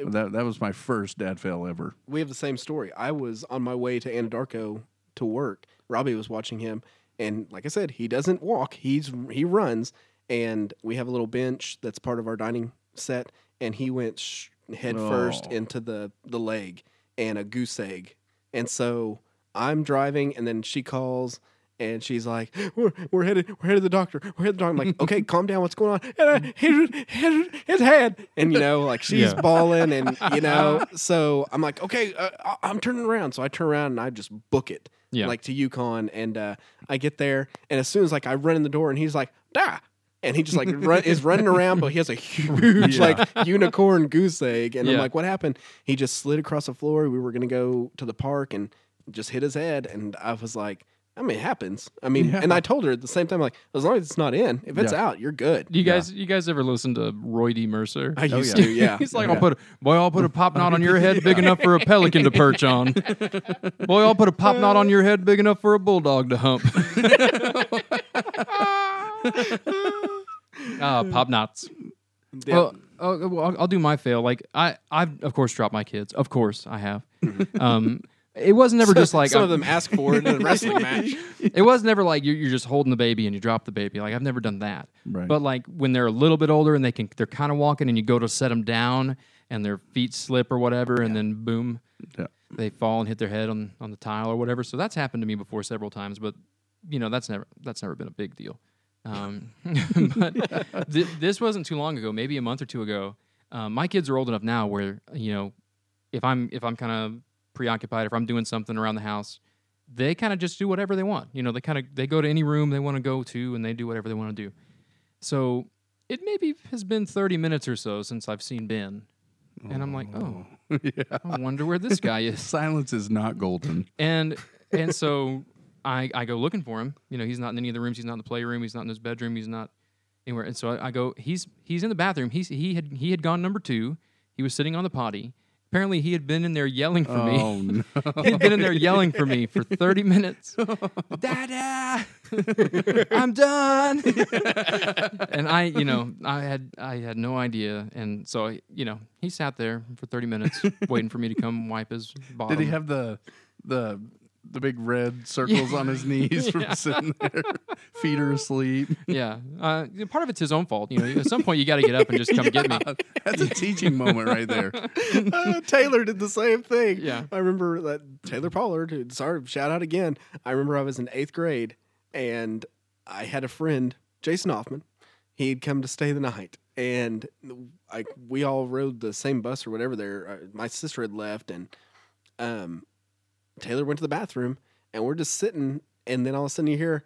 [SPEAKER 2] that that was my first dad fail ever.
[SPEAKER 1] we have the same story. I was on my way to Anadarko to work. Robbie was watching him, and like I said, he doesn't walk. He's he runs, and we have a little bench that's part of our dining set, and he went sh- head first
[SPEAKER 2] Oh.
[SPEAKER 1] into the the leg and a goose egg, and so I'm driving, and then she calls. And she's like, "We're, we're headed, we're headed to the doctor. We're headed to the doctor." I'm like, "Okay, calm down. What's going on?" And I hit, it- hit it- his head, and you know, like she's
[SPEAKER 3] Yeah.
[SPEAKER 1] balling and you
[SPEAKER 3] <laughs>
[SPEAKER 1] know so i'm like okay uh, I- i'm turning around so i turn around and i just book it
[SPEAKER 3] Yeah.
[SPEAKER 1] like to yukon and uh, i get there and as soon as like i run in the door and he's like da and he just like run, is running around but he has a
[SPEAKER 3] <laughs>
[SPEAKER 1] huge like unicorn goose egg and i'm
[SPEAKER 3] Yeah.
[SPEAKER 1] like what happened he just slid across the floor we were going to go to the park and just hit his head and i was like i mean it happens i mean
[SPEAKER 2] Yeah.
[SPEAKER 1] and i told her at the same time like as long as it's not in if it's out you're good
[SPEAKER 3] Do you guys you guys ever listen to Roy D. Mercer?
[SPEAKER 1] i
[SPEAKER 2] Oh,
[SPEAKER 1] used
[SPEAKER 2] yeah.
[SPEAKER 1] to yeah
[SPEAKER 3] <laughs> He's like, I'll put a, boy, I'll put a pop knot on your
[SPEAKER 1] <laughs>
[SPEAKER 3] head big enough for a pelican to perch on. Boy, I'll put a pop knot on your head big enough for a bulldog
[SPEAKER 1] <laughs>
[SPEAKER 3] to hump. uh, pop knots.
[SPEAKER 1] Yeah.
[SPEAKER 3] Well, uh, well, I'll- I'll do my fail. Like I, I've of course dropped my kids. Of course I have.
[SPEAKER 1] Mm-hmm.
[SPEAKER 3] Um, it was never just
[SPEAKER 1] <laughs>
[SPEAKER 3] like
[SPEAKER 1] some
[SPEAKER 3] I'm-
[SPEAKER 1] of them ask for it in a
[SPEAKER 3] <laughs>
[SPEAKER 1] wrestling match
[SPEAKER 3] it was never like you're, you're just holding the baby and you drop the baby. Like I've never done that.
[SPEAKER 2] Right.
[SPEAKER 3] But like when they're a little bit older and they can, they're kind of walking, and you go to set them down, and their feet slip or whatever, and then boom,
[SPEAKER 2] Yeah.
[SPEAKER 3] they fall and hit their head on on the tile or whatever. So that's happened to me before several times, but you know that's never that's never been a big deal. Um, <laughs> but thi- this wasn't too long ago, maybe a month or two ago. Um, my kids are old enough now where you know if I'm if I'm kind of preoccupied, if I'm doing something around the house, they kind of just do whatever they want. You know, they kind of they go to any room they want to go to and they do whatever they want to do. So it maybe has been 30 minutes or so since I've seen Ben. And I'm like, oh,
[SPEAKER 2] yeah.
[SPEAKER 3] I wonder where this guy is.
[SPEAKER 2] Silence is not golden. <laughs>
[SPEAKER 3] And and so I I go looking for him. You know, he's not in any of the rooms. He's not in the playroom. He's not in his bedroom. He's not anywhere. And so I, I go. He's he's in the bathroom. He's he had he had gone number two. He was sitting on the potty. Apparently, he had been in there yelling for me. <laughs>
[SPEAKER 2] Oh no.
[SPEAKER 3] He had been in there yelling for me for
[SPEAKER 2] <laughs>
[SPEAKER 3] 30 minutes. Dada,
[SPEAKER 2] <laughs>
[SPEAKER 3] I'm done. and I, you know, I had I had no idea, and so I- you know, he sat there for 30 minutes waiting for me to come wipe his bottom.
[SPEAKER 2] Did he have the the the big red circles on his knees from sitting there? <laughs> Feet are asleep.
[SPEAKER 3] yeah, uh, part of it's his own fault. You know, at some point you got to get up and just come get
[SPEAKER 1] <laughs>
[SPEAKER 3] me.
[SPEAKER 2] <laughs> That's a teaching moment right there.
[SPEAKER 1] Uh, <laughs> Taylor did the same thing.
[SPEAKER 3] Yeah.
[SPEAKER 1] I remember that Taylor Pollard, who- sorry, shout out again. I remember I was in eighth grade and I had a friend, Jason Hoffman. He'd come to stay the night and I, we all rode the same bus or whatever there. Uh, My sister had left and um, Taylor went to the bathroom and we're just sitting. And then all of a sudden you hear,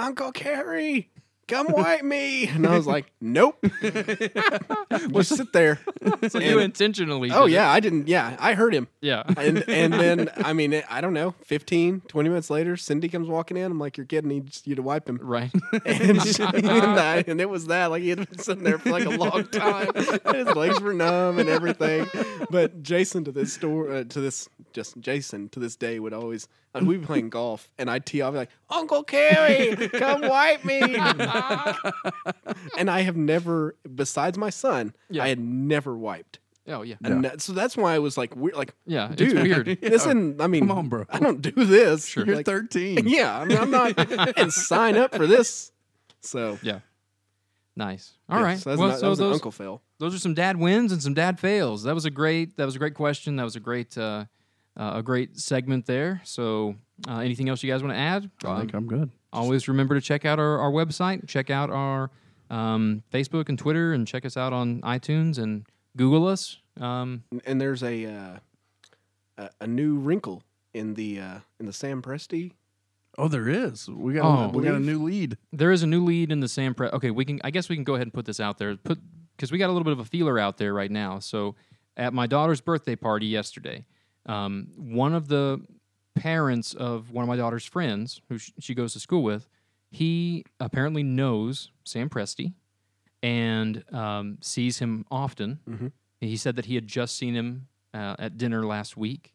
[SPEAKER 1] Uncle Carrie, come wipe me. And I was like, nope. just sit there.
[SPEAKER 3] So you
[SPEAKER 1] And-
[SPEAKER 3] intentionally?
[SPEAKER 1] Oh
[SPEAKER 3] did it.
[SPEAKER 1] yeah, I didn't. Yeah, I heard him.
[SPEAKER 3] yeah.
[SPEAKER 1] And and then <laughs> I mean I don't know, 15, 20 minutes later, Cindy comes walking in. I'm like, your kid needs you to wipe him,
[SPEAKER 3] <laughs> Right.
[SPEAKER 1] <laughs> and, she- and, I- and it was that. Like he had been sitting there for like a long time. <laughs> And his legs were numb and everything. But Jason to uh, this store uh, to this just Jason to this day would always like, we'd be playing golf, and I'd tee off like, Uncle Carrie, come wipe
[SPEAKER 3] <laughs>
[SPEAKER 1] me. and I have never, besides my son,
[SPEAKER 3] Yeah.
[SPEAKER 1] I had never wiped.
[SPEAKER 3] Oh yeah,
[SPEAKER 1] And that- so that's why I was like, weird, like,
[SPEAKER 3] yeah.
[SPEAKER 1] dude,
[SPEAKER 3] It's
[SPEAKER 1] <laughs>
[SPEAKER 3] weird.
[SPEAKER 1] This isn't, I mean, <laughs>
[SPEAKER 2] Come on, bro.
[SPEAKER 1] I don't do this.
[SPEAKER 3] Sure.
[SPEAKER 2] You're
[SPEAKER 1] Like, <laughs>
[SPEAKER 2] 13.
[SPEAKER 1] yeah, I mean, I'm
[SPEAKER 3] <laughs>
[SPEAKER 1] not, and sign up for this. So,
[SPEAKER 3] Yeah. Nice. All
[SPEAKER 1] yeah,
[SPEAKER 3] right.
[SPEAKER 1] So that's
[SPEAKER 3] well,
[SPEAKER 1] not- that
[SPEAKER 3] so
[SPEAKER 1] was an
[SPEAKER 3] those,
[SPEAKER 1] Uncle Phil.
[SPEAKER 3] those are some dad wins and some dad fails. That was a great. That was a great question. That was a great. Uh, uh, a great segment there. So, uh, anything else you guys want to add?
[SPEAKER 2] I
[SPEAKER 3] Um,
[SPEAKER 2] think I'm good.
[SPEAKER 3] always remember to check out our, our website, check out our um, Facebook and Twitter, and check us out on iTunes and Google us. Um,
[SPEAKER 1] and there's a uh, a, a new wrinkle in the uh, in the Sam Presti.
[SPEAKER 2] Oh, there is. We got
[SPEAKER 3] Oh.
[SPEAKER 2] a, we got a new lead.
[SPEAKER 3] there is a new lead in the Sam Pre. Okay, we can. I guess we can go ahead and put this out there. Put because we got a little bit of a feeler out there right now. So at my daughter's birthday party yesterday, um, one of the parents of one of my daughter's friends, who sh- she goes to school with, he apparently knows Sam Presti and um, sees him often.
[SPEAKER 1] Mhm.
[SPEAKER 3] He said that he had just seen him uh, at dinner last week.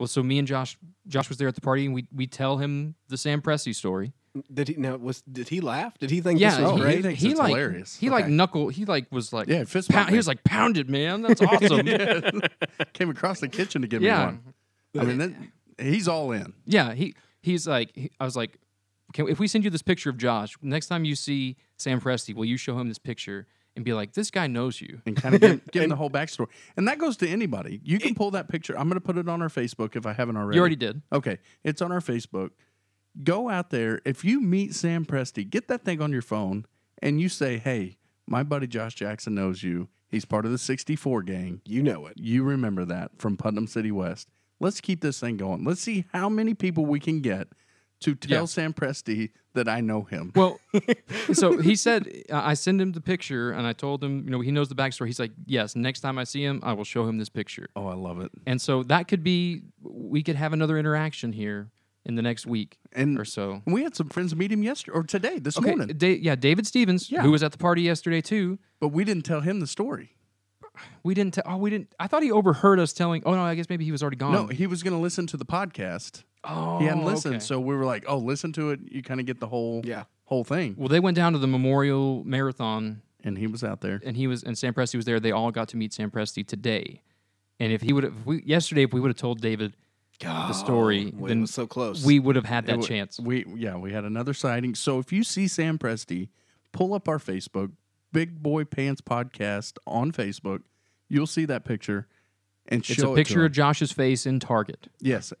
[SPEAKER 3] Well, so me and Josh, Josh was there at the party, and we we tell him the Sam Presti story
[SPEAKER 1] Did he now was did he laugh? Did he think
[SPEAKER 3] yeah,
[SPEAKER 1] this was
[SPEAKER 2] Oh,
[SPEAKER 3] he,
[SPEAKER 2] he
[SPEAKER 1] great?
[SPEAKER 2] thinks
[SPEAKER 3] he
[SPEAKER 2] it's
[SPEAKER 3] like,
[SPEAKER 2] hilarious.
[SPEAKER 3] He like
[SPEAKER 2] Okay.
[SPEAKER 3] knuckle. He like was like
[SPEAKER 2] Yeah, fist
[SPEAKER 3] pound-
[SPEAKER 2] bump
[SPEAKER 3] he
[SPEAKER 2] me.
[SPEAKER 3] was like pounded
[SPEAKER 2] <laughs>
[SPEAKER 3] man. That's <laughs> awesome. yeah.
[SPEAKER 2] Came across the kitchen to give
[SPEAKER 3] Yeah.
[SPEAKER 2] me one. I mean, that, he's all in.
[SPEAKER 3] he he's like he- I was like, Can, if we send you this picture of Josh next time you see Sam Presti, will you show him this picture and be like, this guy knows you?
[SPEAKER 2] and kind of give, give them the whole backstory. And that goes to anybody. You can pull that picture. I'm going to put it on our Facebook if I haven't already.
[SPEAKER 3] You already did.
[SPEAKER 2] Okay, it's on our Facebook. Go out there. If you meet Sam Presti, get that thing on your phone and you say, "Hey, my buddy Josh Jackson knows you. He's part of the '64 gang.
[SPEAKER 1] you know it.
[SPEAKER 2] You remember that from Putnam City West. Let's keep this thing going. Let's see how many people we can get." To tell
[SPEAKER 3] Yeah.
[SPEAKER 2] Sam Presti that I know him. <laughs>
[SPEAKER 3] Well, so he said uh, I I send him the picture and I told him you know he knows the backstory. He's like, yes, next time I see him, I will show him this picture.
[SPEAKER 2] Oh, I love it.
[SPEAKER 3] And so that could be we could have another interaction here in the next week
[SPEAKER 2] And-
[SPEAKER 3] or so.
[SPEAKER 2] And we had some friends meet him yesterday or today, this
[SPEAKER 3] Okay,
[SPEAKER 2] morning,
[SPEAKER 3] Da- yeah, David Stevens,
[SPEAKER 2] Yeah.
[SPEAKER 3] who was at the party yesterday too.
[SPEAKER 2] but we didn't tell him the story.
[SPEAKER 3] We didn't. T- oh, we didn't. I thought he overheard us telling. Oh no, I guess maybe he was already gone.
[SPEAKER 2] No, he was going to listen to the podcast.
[SPEAKER 3] Um. oh,
[SPEAKER 2] he hadn't listened,
[SPEAKER 3] okay.
[SPEAKER 2] so we were like, "Oh, listen to it. You kind of get the whole
[SPEAKER 1] Yeah.
[SPEAKER 2] whole thing."
[SPEAKER 3] well, they went down to the Memorial Marathon,
[SPEAKER 2] And he was out there.
[SPEAKER 3] and he was and Sam Presti was there. They all got to meet Sam Presti today. And if he would have we, yesterday, if we would have told David the story,
[SPEAKER 1] Oh, Well, it
[SPEAKER 3] then
[SPEAKER 1] was so close.
[SPEAKER 3] we would have had that
[SPEAKER 2] It wa-
[SPEAKER 3] chance.
[SPEAKER 2] We yeah, we had another sighting. So if you see Sam Presti, pull up our Facebook, Big Boy Pants Podcast on Facebook. You'll see that picture and
[SPEAKER 3] It's
[SPEAKER 2] show
[SPEAKER 3] a
[SPEAKER 2] it to
[SPEAKER 3] picture
[SPEAKER 2] him.
[SPEAKER 3] of Josh's face in Target. <laughs>
[SPEAKER 2] Yes.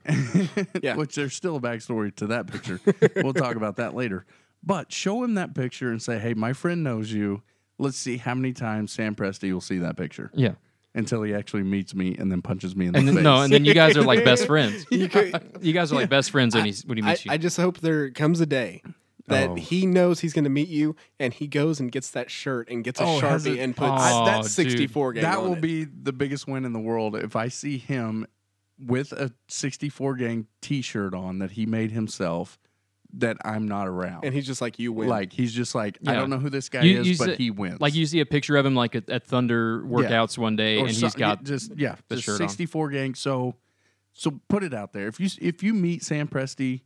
[SPEAKER 1] Yeah.
[SPEAKER 2] Which there's still a backstory to that picture. we'll talk about that later. But show him that picture and say, hey, my friend knows you. Let's see how many times Sam Presti will see that picture
[SPEAKER 3] Yeah,
[SPEAKER 2] until he actually meets me and then punches me in the
[SPEAKER 3] and then,
[SPEAKER 1] <laughs>
[SPEAKER 2] face.
[SPEAKER 3] no, and then you guys are like best friends.
[SPEAKER 1] You could-
[SPEAKER 3] <laughs> You guys are like best friends when he when he
[SPEAKER 1] I,
[SPEAKER 3] meets you.
[SPEAKER 1] I just hope there comes a day that
[SPEAKER 2] Oh.
[SPEAKER 1] he knows he's going to meet you, and he goes and gets that shirt and gets a
[SPEAKER 2] Oh, has
[SPEAKER 1] sharpie
[SPEAKER 2] it-
[SPEAKER 1] and puts
[SPEAKER 3] Oh,
[SPEAKER 1] that
[SPEAKER 3] dude.
[SPEAKER 1] sixty-four game.
[SPEAKER 2] that
[SPEAKER 1] on
[SPEAKER 2] will
[SPEAKER 1] it.
[SPEAKER 2] be the biggest win in the world if I see him with a 64 gang t shirt on that he made himself that I'm not around.
[SPEAKER 1] and he's just like you win.
[SPEAKER 2] like, he's just like, I
[SPEAKER 3] Yeah.
[SPEAKER 2] don't know who this guy
[SPEAKER 3] You-
[SPEAKER 2] is,
[SPEAKER 3] you
[SPEAKER 2] but
[SPEAKER 3] said-
[SPEAKER 2] he wins.
[SPEAKER 3] Like you see a picture of him like at, at Thunder workouts one day,
[SPEAKER 2] or
[SPEAKER 3] and he's
[SPEAKER 2] something.
[SPEAKER 3] got
[SPEAKER 2] just yeah,
[SPEAKER 3] the
[SPEAKER 2] just
[SPEAKER 3] shirt on.
[SPEAKER 2] 64 gang. So so put it out there. If you if you meet Sam Presti,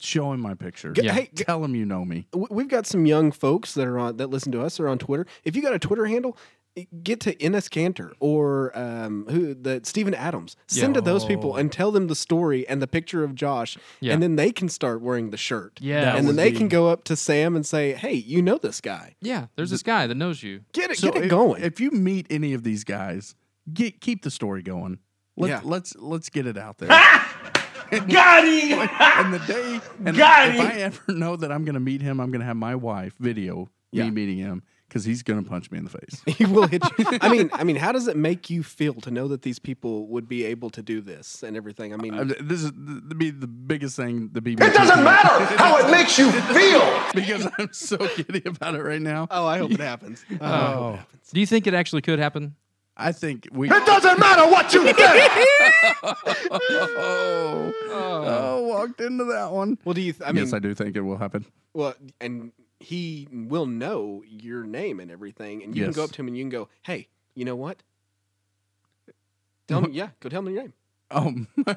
[SPEAKER 2] show him my picture.
[SPEAKER 1] G-
[SPEAKER 3] Yeah.
[SPEAKER 1] Hey, g-
[SPEAKER 2] Tell him you know me.
[SPEAKER 1] w- we've got some young folks that are on that listen to us are on Twitter. If you got a Twitter handle, eh, get to Ennis Cantor or um, who the Stephen Adams. Send
[SPEAKER 3] Yeah.
[SPEAKER 1] to those people
[SPEAKER 2] Oh.
[SPEAKER 1] and tell them the story and the picture of Josh,
[SPEAKER 3] Yeah.
[SPEAKER 1] and then they can start wearing the shirt.
[SPEAKER 3] Yeah, that
[SPEAKER 1] and then
[SPEAKER 2] would
[SPEAKER 1] they
[SPEAKER 2] be-
[SPEAKER 1] can go up to Sam and say, "Hey, you know this guy?
[SPEAKER 3] Yeah, there's this guy that knows you.
[SPEAKER 1] Get it,
[SPEAKER 2] So
[SPEAKER 1] get it
[SPEAKER 2] if,
[SPEAKER 1] going."
[SPEAKER 2] If you meet any of these guys, get keep the story going. Let,
[SPEAKER 1] Yeah.
[SPEAKER 2] Let's let's get it out there.
[SPEAKER 1] <laughs>
[SPEAKER 4] Got him!
[SPEAKER 2] and the day and
[SPEAKER 4] Got
[SPEAKER 2] if
[SPEAKER 4] him.
[SPEAKER 2] I ever know that I'm gonna meet him, I'm gonna have my wife video
[SPEAKER 1] Yeah.
[SPEAKER 2] me meeting him because he's gonna punch me in the face.
[SPEAKER 4] <laughs>
[SPEAKER 1] <laughs> he will hit you. I mean, I mean, how does it make you feel to know that these people would be able to do this and everything? I mean,
[SPEAKER 2] Uh, This is th- be the biggest thing the BB.
[SPEAKER 4] <laughs>
[SPEAKER 2] <laughs>
[SPEAKER 4] It doesn't matter how it makes you feel!
[SPEAKER 2] because I'm so giddy about it right now.
[SPEAKER 1] oh, I hope
[SPEAKER 2] <laughs>
[SPEAKER 1] it happens. Uh,
[SPEAKER 2] Oh,
[SPEAKER 3] Do you think it actually could happen?
[SPEAKER 2] I think we.
[SPEAKER 4] It doesn't matter what you think!
[SPEAKER 2] Oh, oh, walked into that one.
[SPEAKER 1] Well, do you? Th- I mean,
[SPEAKER 2] yes, I do think it will happen.
[SPEAKER 1] Well, and he will know your name and everything, and you can go
[SPEAKER 2] Yes.
[SPEAKER 1] up to him and you can go, "Hey, you know what? Tell me, yeah, go tell me your name."
[SPEAKER 2] Oh,
[SPEAKER 4] <laughs>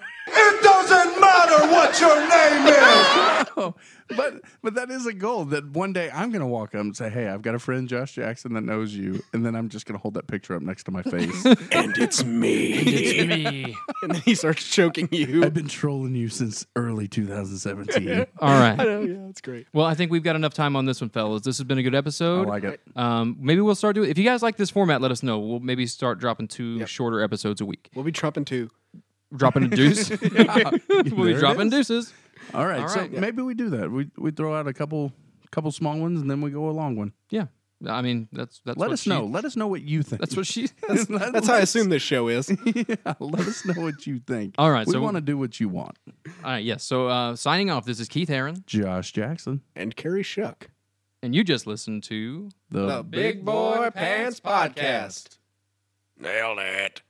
[SPEAKER 4] It doesn't matter what your name is.
[SPEAKER 2] <laughs> Oh, but but that is a goal that one day I'm gonna walk up and say, "Hey, I've got a friend Josh Jackson that knows you," and then I'm just gonna hold that picture up next to my
[SPEAKER 4] <laughs>
[SPEAKER 2] face.
[SPEAKER 1] <laughs> and it's me. and then he starts choking you. <laughs>
[SPEAKER 2] <laughs> I've been trolling you since early
[SPEAKER 3] <laughs>
[SPEAKER 2] 2017.
[SPEAKER 3] <laughs> All right.
[SPEAKER 1] Oh yeah, that's great.
[SPEAKER 3] Well, I think we've got enough time on this one, fellas. This has been a good
[SPEAKER 2] I
[SPEAKER 3] episode.
[SPEAKER 2] like it.
[SPEAKER 3] Um, maybe we'll start doing. If you guys like this format, let us know. We'll maybe start dropping two shorter episodes a week.
[SPEAKER 1] We'll be trumping too.
[SPEAKER 3] Dropping
[SPEAKER 2] <laughs>
[SPEAKER 3] a deuce. <laughs> we'll
[SPEAKER 2] There
[SPEAKER 3] be
[SPEAKER 2] it
[SPEAKER 3] dropping
[SPEAKER 2] is.
[SPEAKER 3] deuces.
[SPEAKER 2] All right,
[SPEAKER 3] All
[SPEAKER 2] so
[SPEAKER 3] right.
[SPEAKER 2] maybe we do that. We we throw out a couple couple small ones and then we go a long one.
[SPEAKER 3] Yeah. I mean, that's that's.
[SPEAKER 2] Let
[SPEAKER 3] what
[SPEAKER 2] us
[SPEAKER 3] she-
[SPEAKER 2] know. Let us know what you think. <laughs>
[SPEAKER 3] That's what she. <laughs>
[SPEAKER 2] Let-
[SPEAKER 1] That's how I
[SPEAKER 2] let-
[SPEAKER 1] assume this show is.
[SPEAKER 2] <laughs> Yeah, let us know what you think.
[SPEAKER 3] All right,
[SPEAKER 2] we
[SPEAKER 3] so-
[SPEAKER 2] want to do what you want,
[SPEAKER 3] All right. Yes. So uh, signing off. This is Keith Heron,
[SPEAKER 2] Josh Jackson.
[SPEAKER 1] And Carrie Shuck.
[SPEAKER 3] and you just listened to
[SPEAKER 2] The
[SPEAKER 1] Big Boy Pants Podcast. Nailed it.